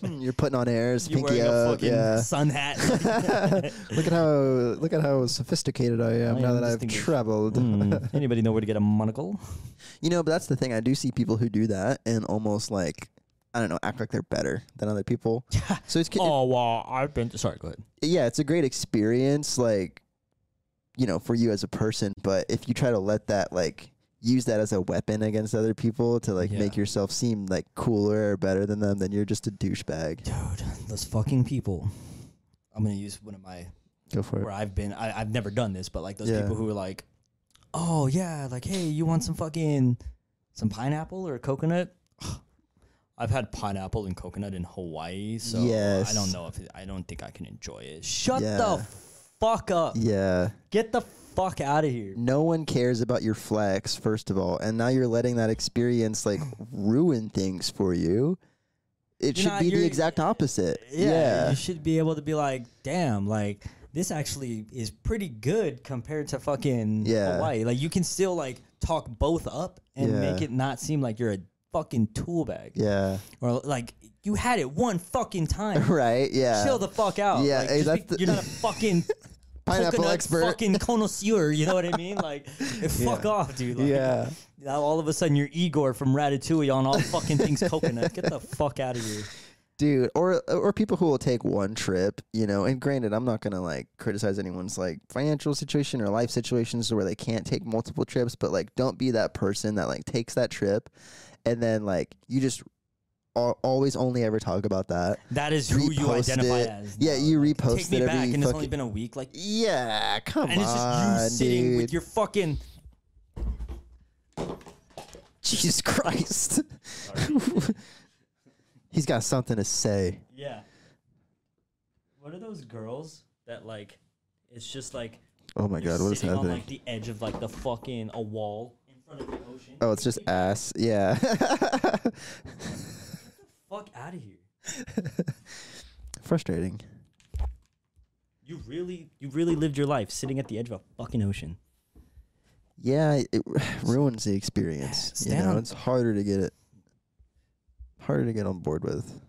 B: Hmm, you're putting on airs,
E: You're
B: pinky
E: wearing a
B: out.
E: fucking
B: Yeah.
E: sun hat.
B: look at how look at how sophisticated I am
E: I
B: now
E: am
B: that I've
E: distinguished.
B: traveled.
E: Mm, Anybody know where to get a monocle?
B: You know, but that's the thing. I do see people who do that and almost like I don't know, act like they're better than other people. So it's ki-
E: Oh, well, I've been. Sorry, go ahead.
B: yeah, it's a great experience. Like you know, for you as a person. But if you try to let that like use that as a weapon against other people to like
E: Yeah.
B: make yourself seem like cooler or better than them, then you're just a douchebag.
E: Dude, those fucking people. I'm gonna use one of my
B: Go for
E: where I've been. I, I've never done this, but like those
B: Yeah.
E: people who are like, "Oh yeah, like hey, you want some fucking some pineapple or coconut?" I've had pineapple and coconut in Hawaii, so I
B: Yes.
E: don't know if it, I don't think I can enjoy it. Shut
B: Yeah.
E: the fuck up.
B: Yeah.
E: Get the fuck out of here.
B: no one cares about your flex first of all and now you're letting that experience like ruin things for you it
E: You're
B: should
E: not-
B: be the
E: you're-
B: exact opposite
E: Yeah,
B: yeah
E: you should be able to be like, "Damn, like this actually is pretty good compared to fucking
B: Yeah.
E: Hawaii." Like you can still like talk both up and
B: Yeah.
E: make it not seem like you're a fucking tool bag.
B: yeah,
E: or like you had it one fucking time.
B: right yeah
E: Chill the fuck out.
B: Yeah,
E: Like,
B: hey,
E: just be-
B: that's the-
E: you're not a fucking
B: Pineapple
E: coconut
B: expert.
E: fucking connoisseur. You know what I mean? Like, eh, fuck off, dude. Like,
B: Yeah.
E: Now all of a sudden you're Igor from Ratatouille on all fucking things coconut. Get the fuck out of here.
B: dude or or people who will take one trip you know and granted i'm not gonna like criticize anyone's like financial situation or life situations where they can't take multiple trips but like don't be that person that like takes that trip and then like you just al- always only ever talk about that
E: That is who you
B: Repost
E: identify
B: it.
E: as.
B: Yeah,
E: now.
B: you
E: Like,
B: repost
E: Take me
B: it every
E: back, and it's only
B: fucking-
E: been a week. Like,
B: yeah come
E: and
B: on
E: it's just you sitting
B: dude.
E: with your fucking.
B: Jesus Christ. He's got something to say.
E: Yeah. What are those girls that like? It's just like
B: Oh my god, what is
E: sitting
B: happening?
E: on like the edge of like the fucking a wall in front of the ocean.
B: oh, it's just ass. Yeah.
E: Fuck out of here.
B: Frustrating.
E: You really, you really lived your life sitting at the edge of a fucking ocean.
B: Yeah, it ruins the experience. You
E: stand
B: know,
E: on-
B: it's harder to get it harder to get on board with.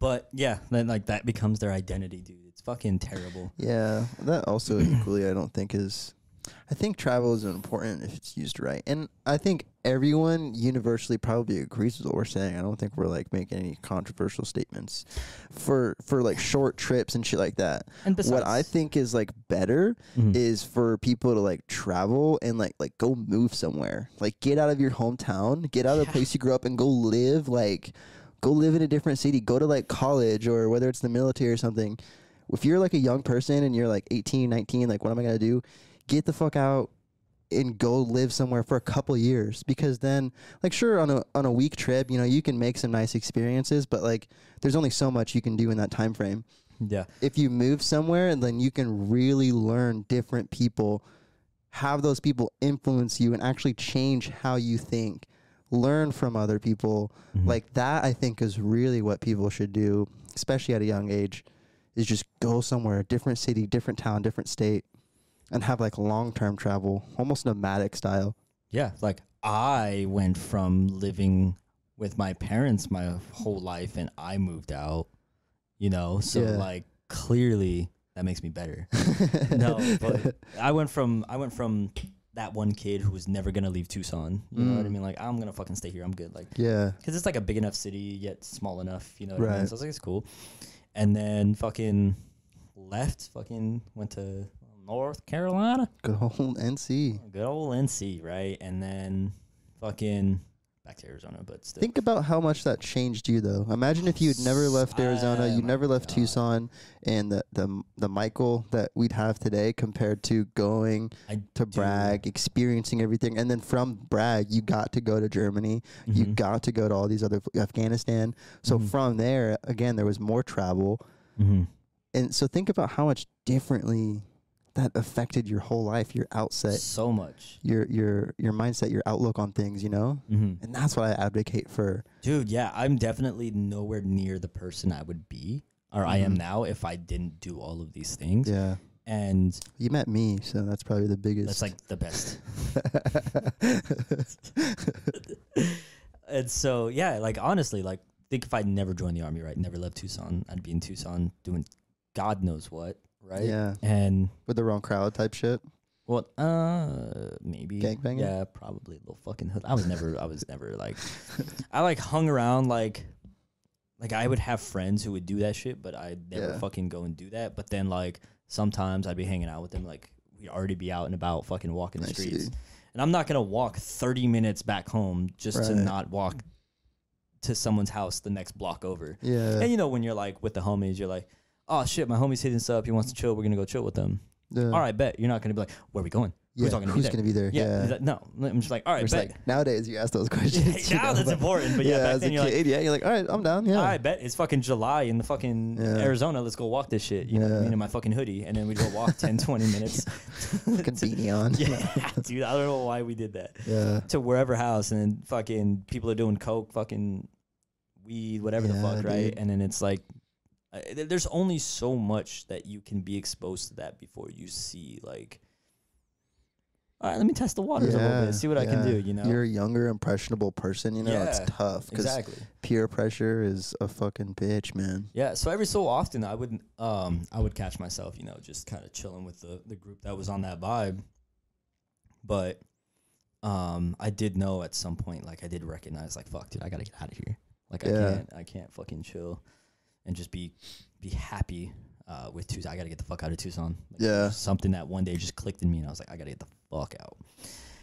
E: But yeah, then like that becomes their identity, dude. It's fucking terrible.
B: Yeah, that also equally I don't think is. I think travel is important if it's used right, and I think everyone universally probably agrees with what we're saying. I don't think we're like making any controversial statements for for like short trips and shit like that.
E: And
B: what I
E: besides-
B: think is like better is for people to like travel and like like go move somewhere, like get out of your hometown, get out of the place you grew up, and go live like go live in a different city, go to like college or whether it's the military or something. If you're like a young person and you're like 18, 19, like what am I going to do? Get the fuck out and go live somewhere for a couple years because then like sure on a on a week trip, you know, you can make some nice experiences, but like there's only so much you can do in that time frame.
E: Yeah,
B: If you move somewhere and then you can really learn different people, have those people influence you and actually change how you think, learn from other people. Like that I think is really what people should do, especially at a young age, is just go somewhere, different city, different town, different state and have like long-term travel, almost nomadic style.
E: yeah. Like I went from living with my parents my whole life, and I moved out. You know, so
B: Yeah.
E: like clearly that makes me better. no, but I went from I went from that one kid who was never gonna leave Tucson. You know
B: Mm.
E: what I mean? Like I'm gonna fucking stay here. I'm good. Like
B: Yeah.
E: because it's like a big enough city yet small enough. You know what I mean?
B: Right.
E: So I was like, it's cool. And then fucking left. Fucking went to North Carolina.
B: Good old NC.
E: Good old NC, right? And then fucking back to Arizona, but still.
B: Think about how much that changed you, though. Imagine if you had never left Arizona,
E: Oh
B: you
E: my
B: never left Tucson, and the, the the Michael that we'd have today compared to going
E: I
B: to
E: do-
B: Bragg, experiencing everything, and then from Bragg you got to go to Germany, you got to go to all these other Afghanistan. So from there, again, there was more travel,
E: Mhm.
B: and so think about how much differently that affected your whole life, your outset,
E: so much,
B: your your your mindset, your outlook on things, you know?
E: Mhm.
B: And that's what I advocate for.
E: dude. Yeah, I'm definitely nowhere near the person I would be or I am now if I didn't do all of these things.
B: Mm-hmm. Yeah.
E: And
B: You met me, so that's probably the biggest.
E: That's like the best. and so yeah, like honestly, like think if I never joined the army, right? Never left Tucson, I'd be in Tucson doing God knows what, right?
B: Yeah.
E: And
B: with the wrong crowd type shit.
E: well, uh, maybe
B: Gangbanging?
E: Yeah, probably a little fucking hood. I was never, I was never like, I like hung around like, like I would have friends who would do that shit, but I'd never
B: Yeah.
E: fucking go and do that. But then like sometimes I'd be hanging out with them, like we already be out and about, fucking walking the
B: I see.
E: streets. And I'm not gonna walk 30 minutes back home just to
B: Right.
E: not walk to someone's house the next block over.
B: Yeah.
E: And you know when you're like with the homies, you're like, oh shit, my homie's hitting us up. He wants to chill. We're gonna go chill with them.
B: Yeah.
E: All right, bet. You're not gonna be like, where are we going?
B: Yeah,
E: all
B: who's gonna be there? Yeah.
E: He's like, no, I'm just like, all right,
B: It's
E: bet.
B: like nowadays you ask those questions. you
E: now
B: know,
E: that's
B: but-
E: important, but yeah, back
B: as
E: then
B: a
E: you're like-
B: kid, yeah, you're like, all right, I'm down. Yeah,
E: I bet it's fucking July in the fucking
B: Yeah.
E: Arizona. Let's go walk this shit. You know what I
B: Yeah.
E: mean? In my fucking hoodie. And then we'd go walk 10, 20 minutes.
B: fucking beanie on.
E: yeah, dude. I don't know why we did that.
B: yeah.
E: To wherever house and then fucking people are doing coke, fucking weed, whatever the
B: Yeah,
E: fuck, right?
B: dude.
E: And then it's like, uh, th- there's only so much that you can be exposed to that before you see like, all right, let me test the waters a little
B: Yeah,
E: bit, see what I can
B: yeah.
E: do. You know,
B: you're a younger, impressionable person. You know, it's
E: Yeah,
B: tough because
E: exactly.
B: peer pressure is a fucking bitch, man.
E: Yeah, so every so often I would um I would catch myself, you know, just kind of chilling with the the group that was on that vibe. But um I did know at some point like I did recognize like fuck dude, I got to get out of here. Like I
B: Yeah.
E: can't I can't fucking chill and just be be happy uh with Tucson. I got to get the fuck out of Tucson. Like,
B: Yeah.
E: Something that one day just clicked in me and I was like I got to get the fuck out.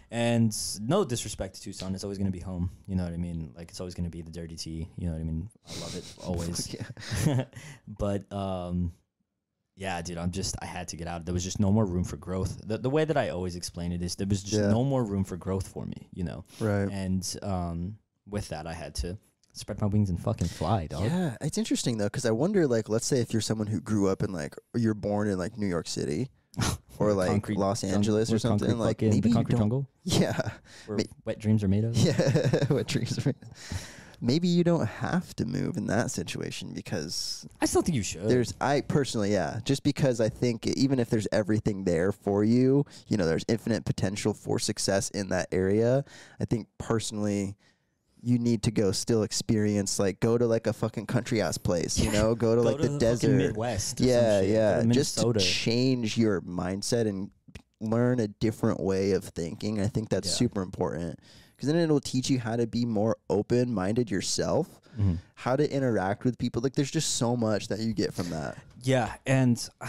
E: And s- no disrespect to Tucson, it's always going to be home, you know what I mean? Like it's always going to be the dirty tea, you know what I mean? I love it always.
B: Yeah,
E: but um yeah dude i'm just i had to get out there was just no more room for growth the, the way that i always explain it is there was just
B: Yeah.
E: no more room for growth for me you know
B: right.
E: and um with that i had to spread my wings and fucking fly dog
B: Yeah, it's interesting though, because I wonder, like, let's say if you're someone who grew up in like, or you're born in like New York City or like
E: Concrete
B: Los
E: jung-
B: Angeles
E: we're
B: or something,
E: concrete
B: like
E: fucking-
B: maybe
E: the
B: you
E: concrete
B: don't.
E: jungle
B: Yeah,
E: where
B: Ma-
E: wet dreams are made of
B: yeah. what dreams are? made of. Maybe you don't have to move in that situation because
E: i still think you should
B: there's I personally, yeah, just because I think even if there's everything there for you, you know, there's infinite potential for success in that area. I think personally you need to go still experience like go to like a fucking country ass place, you know, go to
E: Go
B: like
E: to
B: the,
E: the fucking
B: desert.
E: Midwest or some
B: yeah,
E: shit. Go
B: yeah.
E: to
B: just to
E: Minnesota.
B: change your mindset and learn a different way of thinking. I think that's
E: Yeah.
B: super important because then it'll teach you how to be more open minded yourself.
E: Mm-hmm.
B: How to interact with people. Like, there's just so much that you get from that.
E: Yeah, and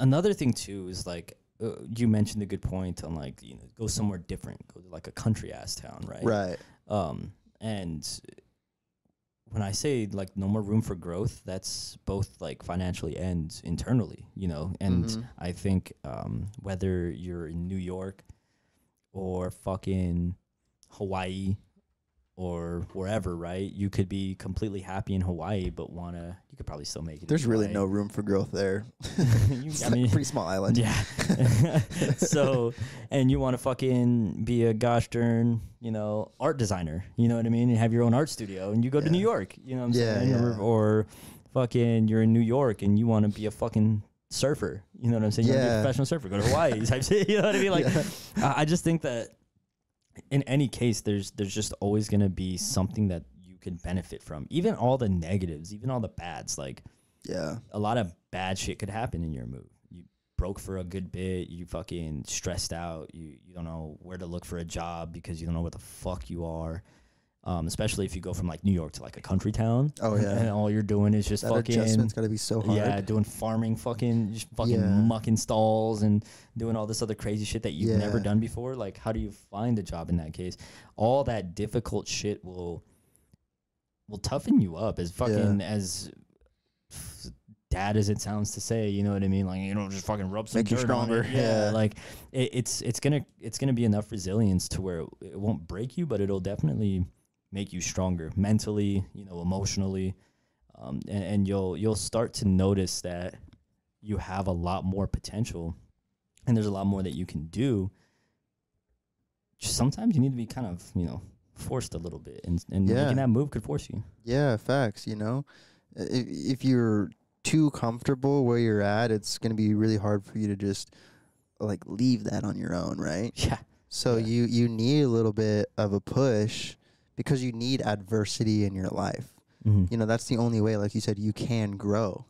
E: another thing too is like uh, you mentioned a good point on like you know go somewhere different, go to like a country ass town, right?
B: Right.
E: Um, and when I say like no more room for growth, that's both like financially and internally, you know. And
B: Mm-hmm.
E: I think um, whether you're in New York or fucking Hawaii or wherever, right? You could be completely happy in Hawaii, but wanna you could probably still make it. in
B: There's really
E: Hawaii.
B: no room for growth there.
E: You-
B: It's
E: I
B: like
E: mean-
B: a pretty small island.
E: Yeah. so, and you want to fucking be a gosh darn, you know, art designer. You know what I mean? And have your own art studio, and you go to
B: Yeah.
E: New York. You know what I'm
B: Yeah,
E: saying? Or,
B: yeah.
E: or fucking, you're in New York and you want to be a fucking surfer. You know what I'm saying? You want to be a
B: Yeah.
E: professional surfer. Go to Hawaii. type shit. You know what I mean? Like, I I just think that in any case, there's there's just always gonna be something that you can benefit from. Even all the negatives, even all the bads, like
B: Yeah.
E: a lot of bad shit could happen in your move. You broke for a good bit. You fucking stressed out. You you don't know where to look for a job because you don't know where the fuck you are. Um, especially if you go from like New York to like a country town.
B: Oh, yeah.
E: and all you're doing is just
B: That
E: fucking
B: adjustment's got to be so hard.
E: yeah, doing farming, fucking just fucking
B: Yeah.
E: mucking stalls and doing all this other crazy shit that you've never
B: Yeah.
E: done before. Like, how do you find a job in that case? All that difficult shit will will toughen you up as fucking as dad as it sounds to say. You know what I mean? Like, you don't just fucking rub some
B: Make you
E: dirt on it.
B: stronger.
E: Yeah,
B: Yeah.
E: like it, it's it's gonna it's gonna be enough resilience to where it, it won't break you, but it'll definitely make you stronger mentally, you know, emotionally um, and, and you'll you'll start to notice that you have a lot more potential, and there's a lot more that you can do. Just sometimes you need to be kind of you know forced a little bit, and and
B: Yeah.
E: making that move could force you.
B: Yeah, facts. You know, I- i- if you're too comfortable where you're at, it's going to be really hard for you to just like leave that on your own, right?
E: Yeah,
B: So you you need a little bit of a push because you need adversity in your life.
E: Mm-hmm.
B: You know, that's the only way like you said you can grow.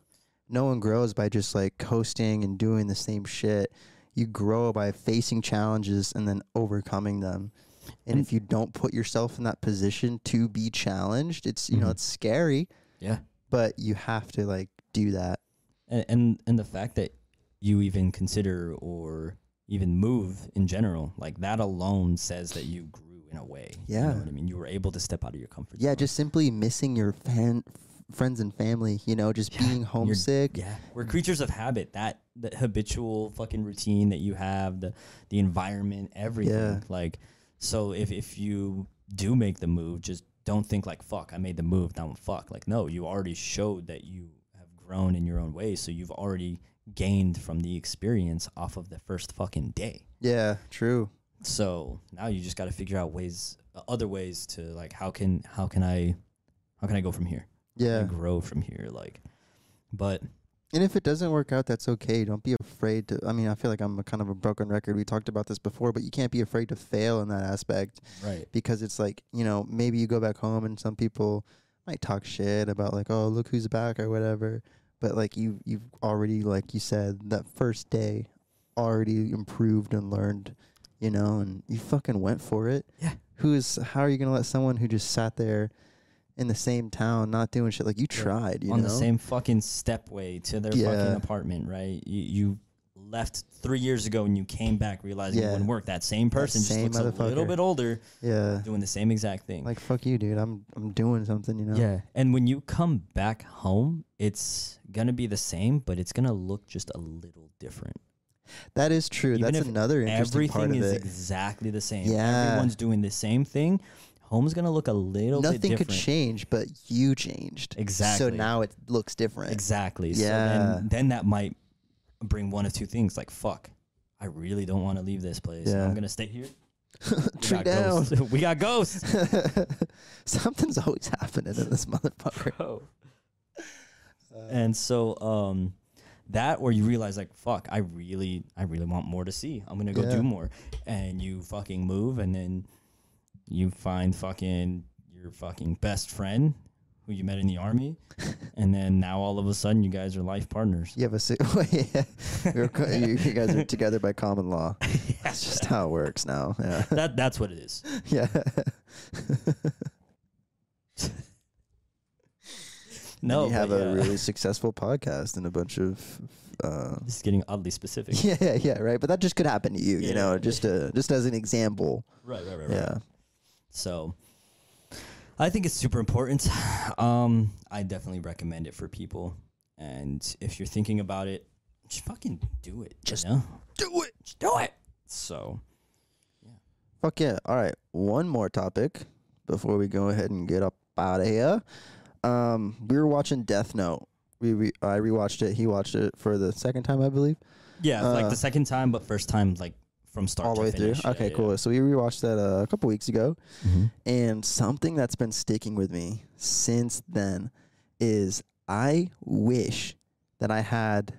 B: No one grows by just like coasting and doing the same shit. You grow by facing challenges and then overcoming them. And if you don't put yourself in that position to be challenged, it's
E: Mm-hmm.
B: you know, it's scary,
E: yeah,
B: but you have to like do that.
E: and and, and the fact that you even consider or even move in general, like that alone says that you grew in a way. You
B: Yeah.
E: know what I mean? You were able to step out of your comfort
B: Yeah,
E: zone.
B: just simply missing your fan, f- friends and family, you know, just being
E: You're-
B: homesick.
E: yeah. We're creatures of habit. That the habitual fucking routine that you have, the the environment, everything.
B: Yeah.
E: Like so if if you do make the move, just don't think like fuck, I made the move, now I'm fuck. Like no, you already showed that you have grown in your own way, so you've already gained from the experience off of the first fucking day.
B: Yeah, true.
E: so now you just got to figure out ways uh, other ways to like how can how can i how can i go from here How
B: Yeah.
E: can I grow from here like but
B: And if it doesn't work out, that's okay. Don't be afraid to. I mean, I feel like I'm a kind of a broken record. We talked about this before, but you can't be afraid to fail in that aspect
E: right
B: because it's like, you know, maybe you go back home and some people might talk shit about like, oh, look who's back or whatever. But like you, you've already, like you said, that first day already improved and learned, you know, and you fucking went for it.
E: Yeah.
B: Who is, how are you going to let someone who just sat there in the same town not doing shit? Like you tried, you
E: on
B: know?
E: the same fucking stepway to their
B: Yeah.
E: fucking apartment right you, you left three years ago and you came back realizing
B: Yeah.
E: it wouldn't work that same person
B: same
E: just looks a little
B: motherfucker.
E: bit older
B: yeah.
E: doing the same exact thing
B: Like fuck you, dude. I'm I'm doing something, you know.
E: yeah and when you come back home it's gonna be the same but it's gonna look just a little different
B: That is true.
E: Even
B: That's
E: if
B: another interesting
E: everything
B: part of
E: is
B: it.
E: exactly the same.
B: Yeah.
E: Everyone's doing the same thing. Home's gonna look a little bit
B: Nothing could
E: different.
B: change, but you changed. So
E: Exactly.
B: now it looks different.
E: Exactly. So
B: Yeah.
E: then, then that might bring one of two things. Like, fuck, I really don't want to leave this place.
B: Yeah.
E: I'm gonna stay here. We
B: Tree
E: got
B: down.
E: ghosts. we got ghosts.
B: Something's always happening in this motherfucker.
E: and so, um, that or you realize like, fuck, I really, I really want more to see. I'm gonna go
B: Yeah.
E: do more. And you fucking move, and then you find fucking your fucking best friend who you met in the army, and then now all of a sudden you guys are life partners.
B: You have a suit. yeah. You're co- you, you guys are together by common law. That's just how it works now. Yeah.
E: That that's what it is.
B: yeah.
E: No,
B: you have
E: but
B: a
E: yeah.
B: really successful podcast and a bunch of uh,
E: This is getting oddly specific.
B: Yeah, yeah, yeah, right. But that just could happen to you, you
E: Yeah.
B: know, just uh, just as an example.
E: Right, right, right, right.
B: Yeah.
E: So I think it's super important. Um, I definitely recommend it for people. And if you're thinking about it, just fucking do it. Just do it. Just do it. So
B: Fuck yeah. All right. One more topic before we go ahead and get up out of here. Um, we were watching Death Note. We re- I rewatched it. He watched it for the second time, I believe,
E: yeah, like
B: Uh,
E: the second time, but first time like from start
B: all
E: to
B: the way through.
E: finish. Yeah,
B: Okay,
E: yeah.
B: cool. So we rewatched that uh, a couple weeks ago,
E: Mhm.
B: and something that's been sticking with me since then is I wish that I had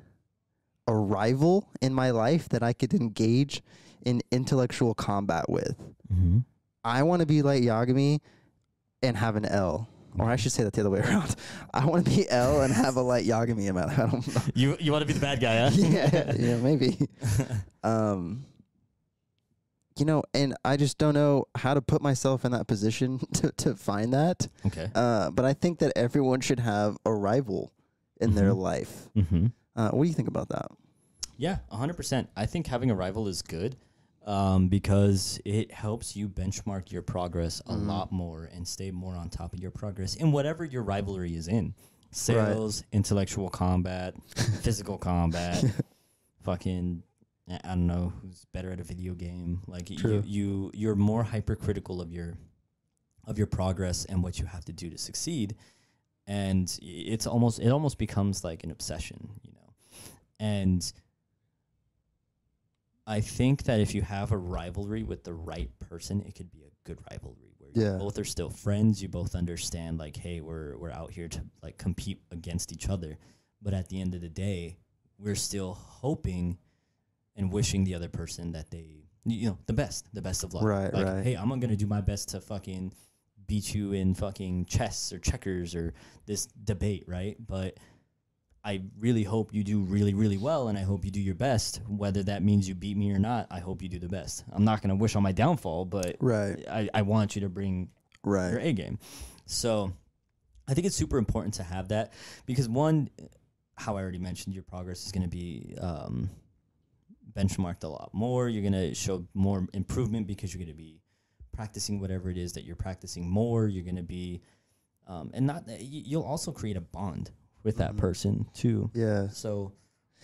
B: a rival in my life that I could engage in intellectual combat with.
E: Mhm.
B: I want to be like Yagami and have an L. Or I should say that the other way around. I want to be L and have a light Yagami in my life. I don't know.
E: You you want to be the bad guy, huh?
B: yeah, yeah, maybe. Um, you know, and I just don't know how to put myself in that position to, to find that.
E: Okay.
B: Uh, but I think that everyone should have a rival in their life.
E: Mm-hmm.
B: Uh, what do you think about that?
E: Yeah, 100%. I think having a rival is good um, because it helps you benchmark your progress a lot more and stay more on top of your progress in whatever your rivalry is in sales, intellectual combat, physical combat, fucking. I I don't know who's better at a video game. Like you,
B: True.
E: you, you're more hypercritical of your, of your progress and what you have to do to succeed, and i- it's almost it almost becomes like an obsession, you know. And I think that if you have a rivalry with the right person, it could be a good rivalry where
B: Yeah.
E: you both are still friends. You both understand like, hey, we're we're out here to like compete against each other, but at the end of the day, we're still hoping and wishing the other person that they you know the best, the best of luck.
B: Right,
E: like,
B: right.
E: Hey, I'm gonna do my best to fucking beat you in fucking chess or checkers or this debate, right? But I really hope you do really, really well, and I hope you do your best. Whether that means you beat me or not, I hope you do the best. I'm not going to wish on my downfall, but
B: Right,
E: I, I want you to bring
B: right.
E: your A game. So I think it's super important to have that because, one, how I already mentioned, your progress is going to be um, benchmarked a lot more. You're gonna show more improvement because you're gonna be practicing whatever it is that you're practicing more. You're gonna be, um, and not that- you- you'll also create a bond with that person too.
B: Yeah.
E: So,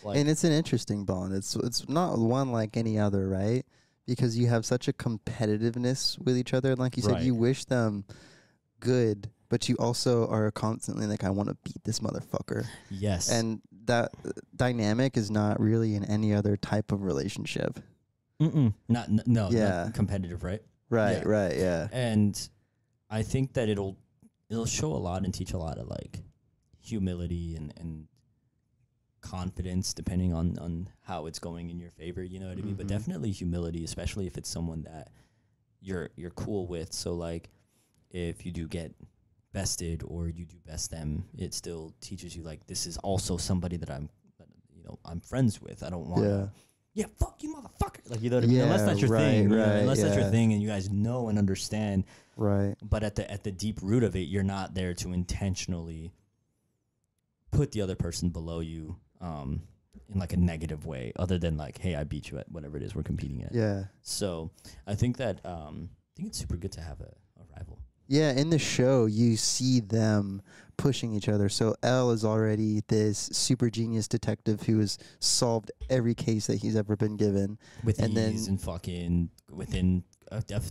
E: like,
B: Mm-hmm. and it's an interesting bond. It's it's not one like any other, right? Because you have such a competitiveness with each other, and like you said, you
E: Right.
B: wish them good, but you also are constantly like, I want to beat this motherfucker,
E: yes,
B: and that uh, dynamic is not really in any other type of relationship.
E: Mm-mm. not n- no,
B: Yeah.
E: not competitive, right?
B: Right,
E: Yeah.
B: right, yeah,
E: and I think that it'll it'll show a lot and teach a lot of like humility and and confidence depending on on how it's going in your favor you know what i mean
B: Mm-hmm.
E: but definitely humility especially if it's someone that you're you're cool with so like if you do get bested or you do best them it still teaches you like this is also somebody that i'm that, you know i'm friends with i don't want
B: yeah,
E: yeah, fuck you, motherfucker. Like you know what I mean. unless
B: Yeah,
E: that's your
B: right,
E: thing, you know,
B: right,
E: unless that's your
B: yeah.
E: thing, and you guys know and understand.
B: right,
E: But at the at the deep root of it, you're not there to intentionally put the other person below you um, in like a negative way, other than like, hey, I beat you at whatever it is we're competing at.
B: yeah.
E: So I think that um, I think it's super good to have a, a rival.
B: Yeah, in the show, you see them pushing each other. So L is already this super genius detective who has solved every case that he's ever been given.
E: with
B: And then-
E: ease and fucking within a def-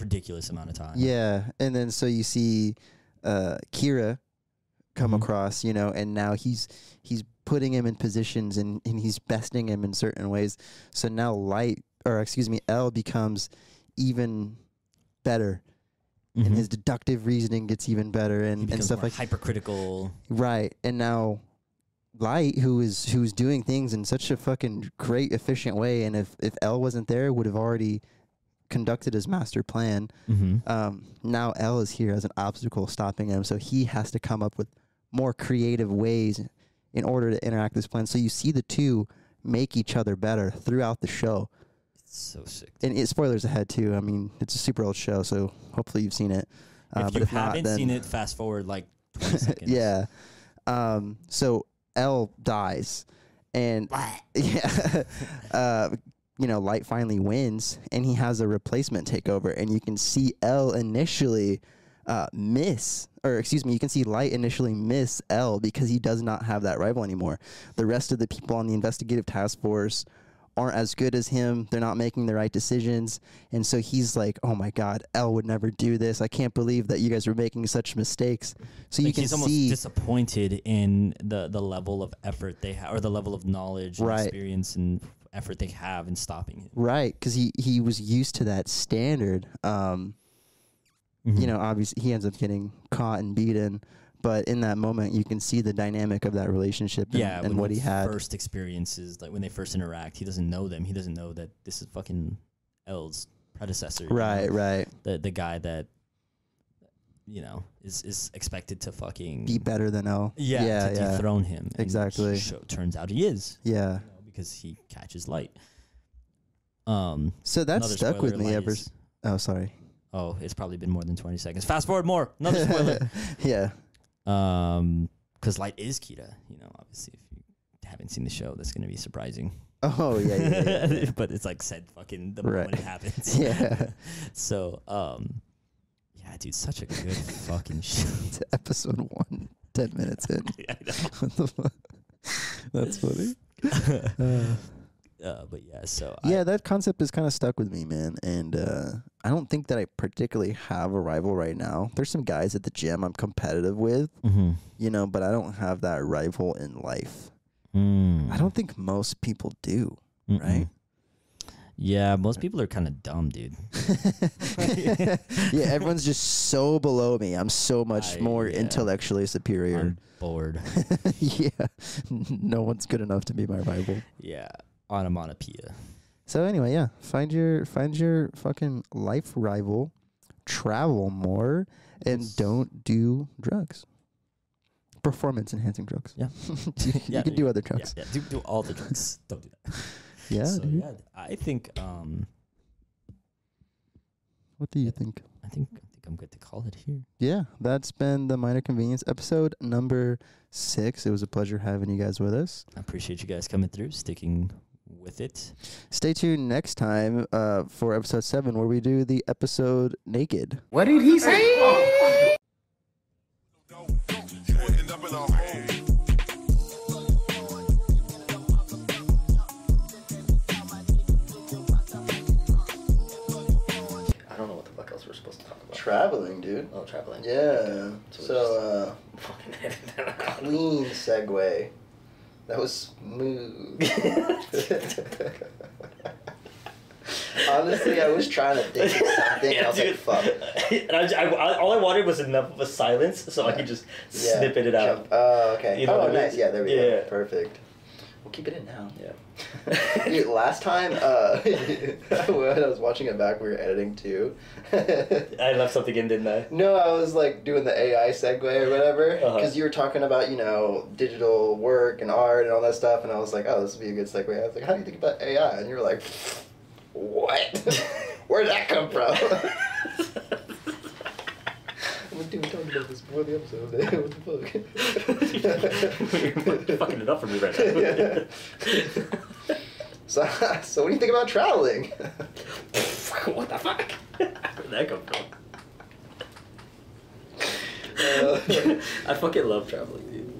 E: ridiculous amount of time.
B: Yeah, and then so you see uh, Kira come
E: Mhm.
B: across, you know, and now he's he's putting him in positions and, and he's besting him in certain ways. So now Light, or excuse me, L becomes even better,
E: Mhm.
B: and his deductive reasoning gets even better,
E: he
B: and, and
E: becomes
B: stuff
E: more
B: like
E: hypercritical.
B: Right. And now Light, who is who's doing things in such a fucking great, efficient way, and if if L wasn't there, would have already conducted his master plan.
E: Mm-hmm.
B: Um, now L is here as an obstacle stopping him, so he has to come up with more creative ways in order to interact this plan. So you see the two make each other better throughout the show.
E: So sick. dude.
B: And it, spoilers ahead too. I mean, it's a super old show, so hopefully you've seen it. Uh,
E: if you haven't seen it, fast forward like 20 seconds.
B: Yeah. Um, so L dies, and yeah, uh, you know, Light finally wins, and he has a replacement takeover, and you can see L initially uh, miss, or excuse me, you can see Light initially miss L because he does not have that rival anymore. The rest of the people on the investigative task force aren't as good as him. They're not making the right decisions. And so he's like, "Oh my god, L would never do this. I can't believe that you guys were making such mistakes." So you
E: Like,
B: can
E: he's almost
B: see
E: disappointed in the, the level of effort they have, or the level of knowledge, and
B: Right.
E: experience, and effort they have in stopping him.
B: Right, because he he was used to that standard. Um,
E: Hmm.
B: You know, obviously he ends up getting caught and beaten, but in that moment you can see the dynamic of that relationship and,
E: Yeah,
B: and
E: when
B: what he had.
E: first experiences, like when they first interact, he doesn't know them. He doesn't know that this is fucking L's predecessor. you know?
B: Right, right.
E: The the guy that you know is is expected to fucking
B: Be better than L.
E: Mm. yeah,
B: yeah,
E: to
B: yeah.
E: dethrone him. And
B: Exactly.
E: sho- turns out he is
B: yeah.
E: you know, because he catches light. Um,
B: So that
E: another
B: stuck with
E: spoiler,
B: me
E: light
B: ever.
E: is-
B: s- Oh, sorry.
E: Oh, it's probably been more than 20 seconds. Fast forward more. Another spoiler.
B: Yeah,
E: um, because light is Kita. You know, obviously, if you haven't seen the show, that's gonna be surprising.
B: Oh, yeah, yeah, yeah,
E: but it's like said fucking the
B: Right.
E: moment it happens.
B: Yeah.
E: so, um, yeah, dude, such a good fucking show.
B: it's episode one, ten minutes in.
E: I know.
B: What the fuck? That's funny.
E: Uh, but yeah, so I-
B: Yeah, that concept is kind of stuck with me, man. And uh, I don't think that I particularly have a rival right now. There's some guys at the gym I'm competitive with,
E: Mhm.
B: you know, but I don't have that rival in life.
E: Mm.
B: I don't think most people do,
E: Mm-mm.
B: right?
E: Yeah, most people are kind of dumb, dude.
B: yeah, everyone's just so below me. I'm so much
E: I-
B: more
E: yeah.
B: intellectually superior.
E: I'm bored.
B: yeah, no one's good enough to be my rival.
E: yeah, onomatopoeia.
B: So anyway, yeah, find your find your fucking life rival, travel more, and don't do drugs. Performance enhancing drugs.
E: Yeah.
B: you
E: Yeah,
B: can
E: dude.
B: do other
E: Yeah,
B: drugs.
E: yeah, do do all the drugs. don't do that.
B: Yeah.
E: so
B: dude.
E: yeah, I think um,
B: What do you think?
E: I think I think I'm good to call it here.
B: Yeah, that's been the minor convenience episode number six. It was a pleasure having you guys with us.
E: I appreciate you guys coming through, sticking with. with it.
B: Stay tuned next time uh, for episode seven, where we do the episode naked.
C: You will end up in a hole.
A: I don't know what the fuck else we're supposed to talk about.
B: Traveling, dude.
A: oh, traveling.
B: Yeah.
A: So,
B: uh,
A: I'm fucking edit that out.
B: clean segue. That was smooth. Honestly, I was trying to think of something. I was like,
A: dude.
B: fuck.
A: And I, ju- I- I- all I wanted was enough of a silence so I could just
B: Yeah,
A: snip it out.
B: jump- Oh, okay.
A: You know
B: oh,
A: what I mean?
B: nice. Yeah, there we go.
A: Yeah.
B: Perfect. We'll keep it in now.
A: Yeah.
B: Dude, last time uh, when I was watching it back, we were editing too.
A: I left something in, didn't I?
B: No, I was like doing the AI segue or whatever because
A: Uh-huh.
B: you were talking about you know digital work and art and all that stuff, and I was like, oh, this would be a good segue. I was like, how do you think about AI? And you were like, what? Where'd that come from? I'm like, dude, we talked about this before the episode. what the
A: You're
B: fuck?
A: fucking it up for me right
B: Yeah.
A: now.
B: so, so what do you think about traveling?
A: what the fuck? Where'd that come from?
B: Uh,
A: I fucking love traveling.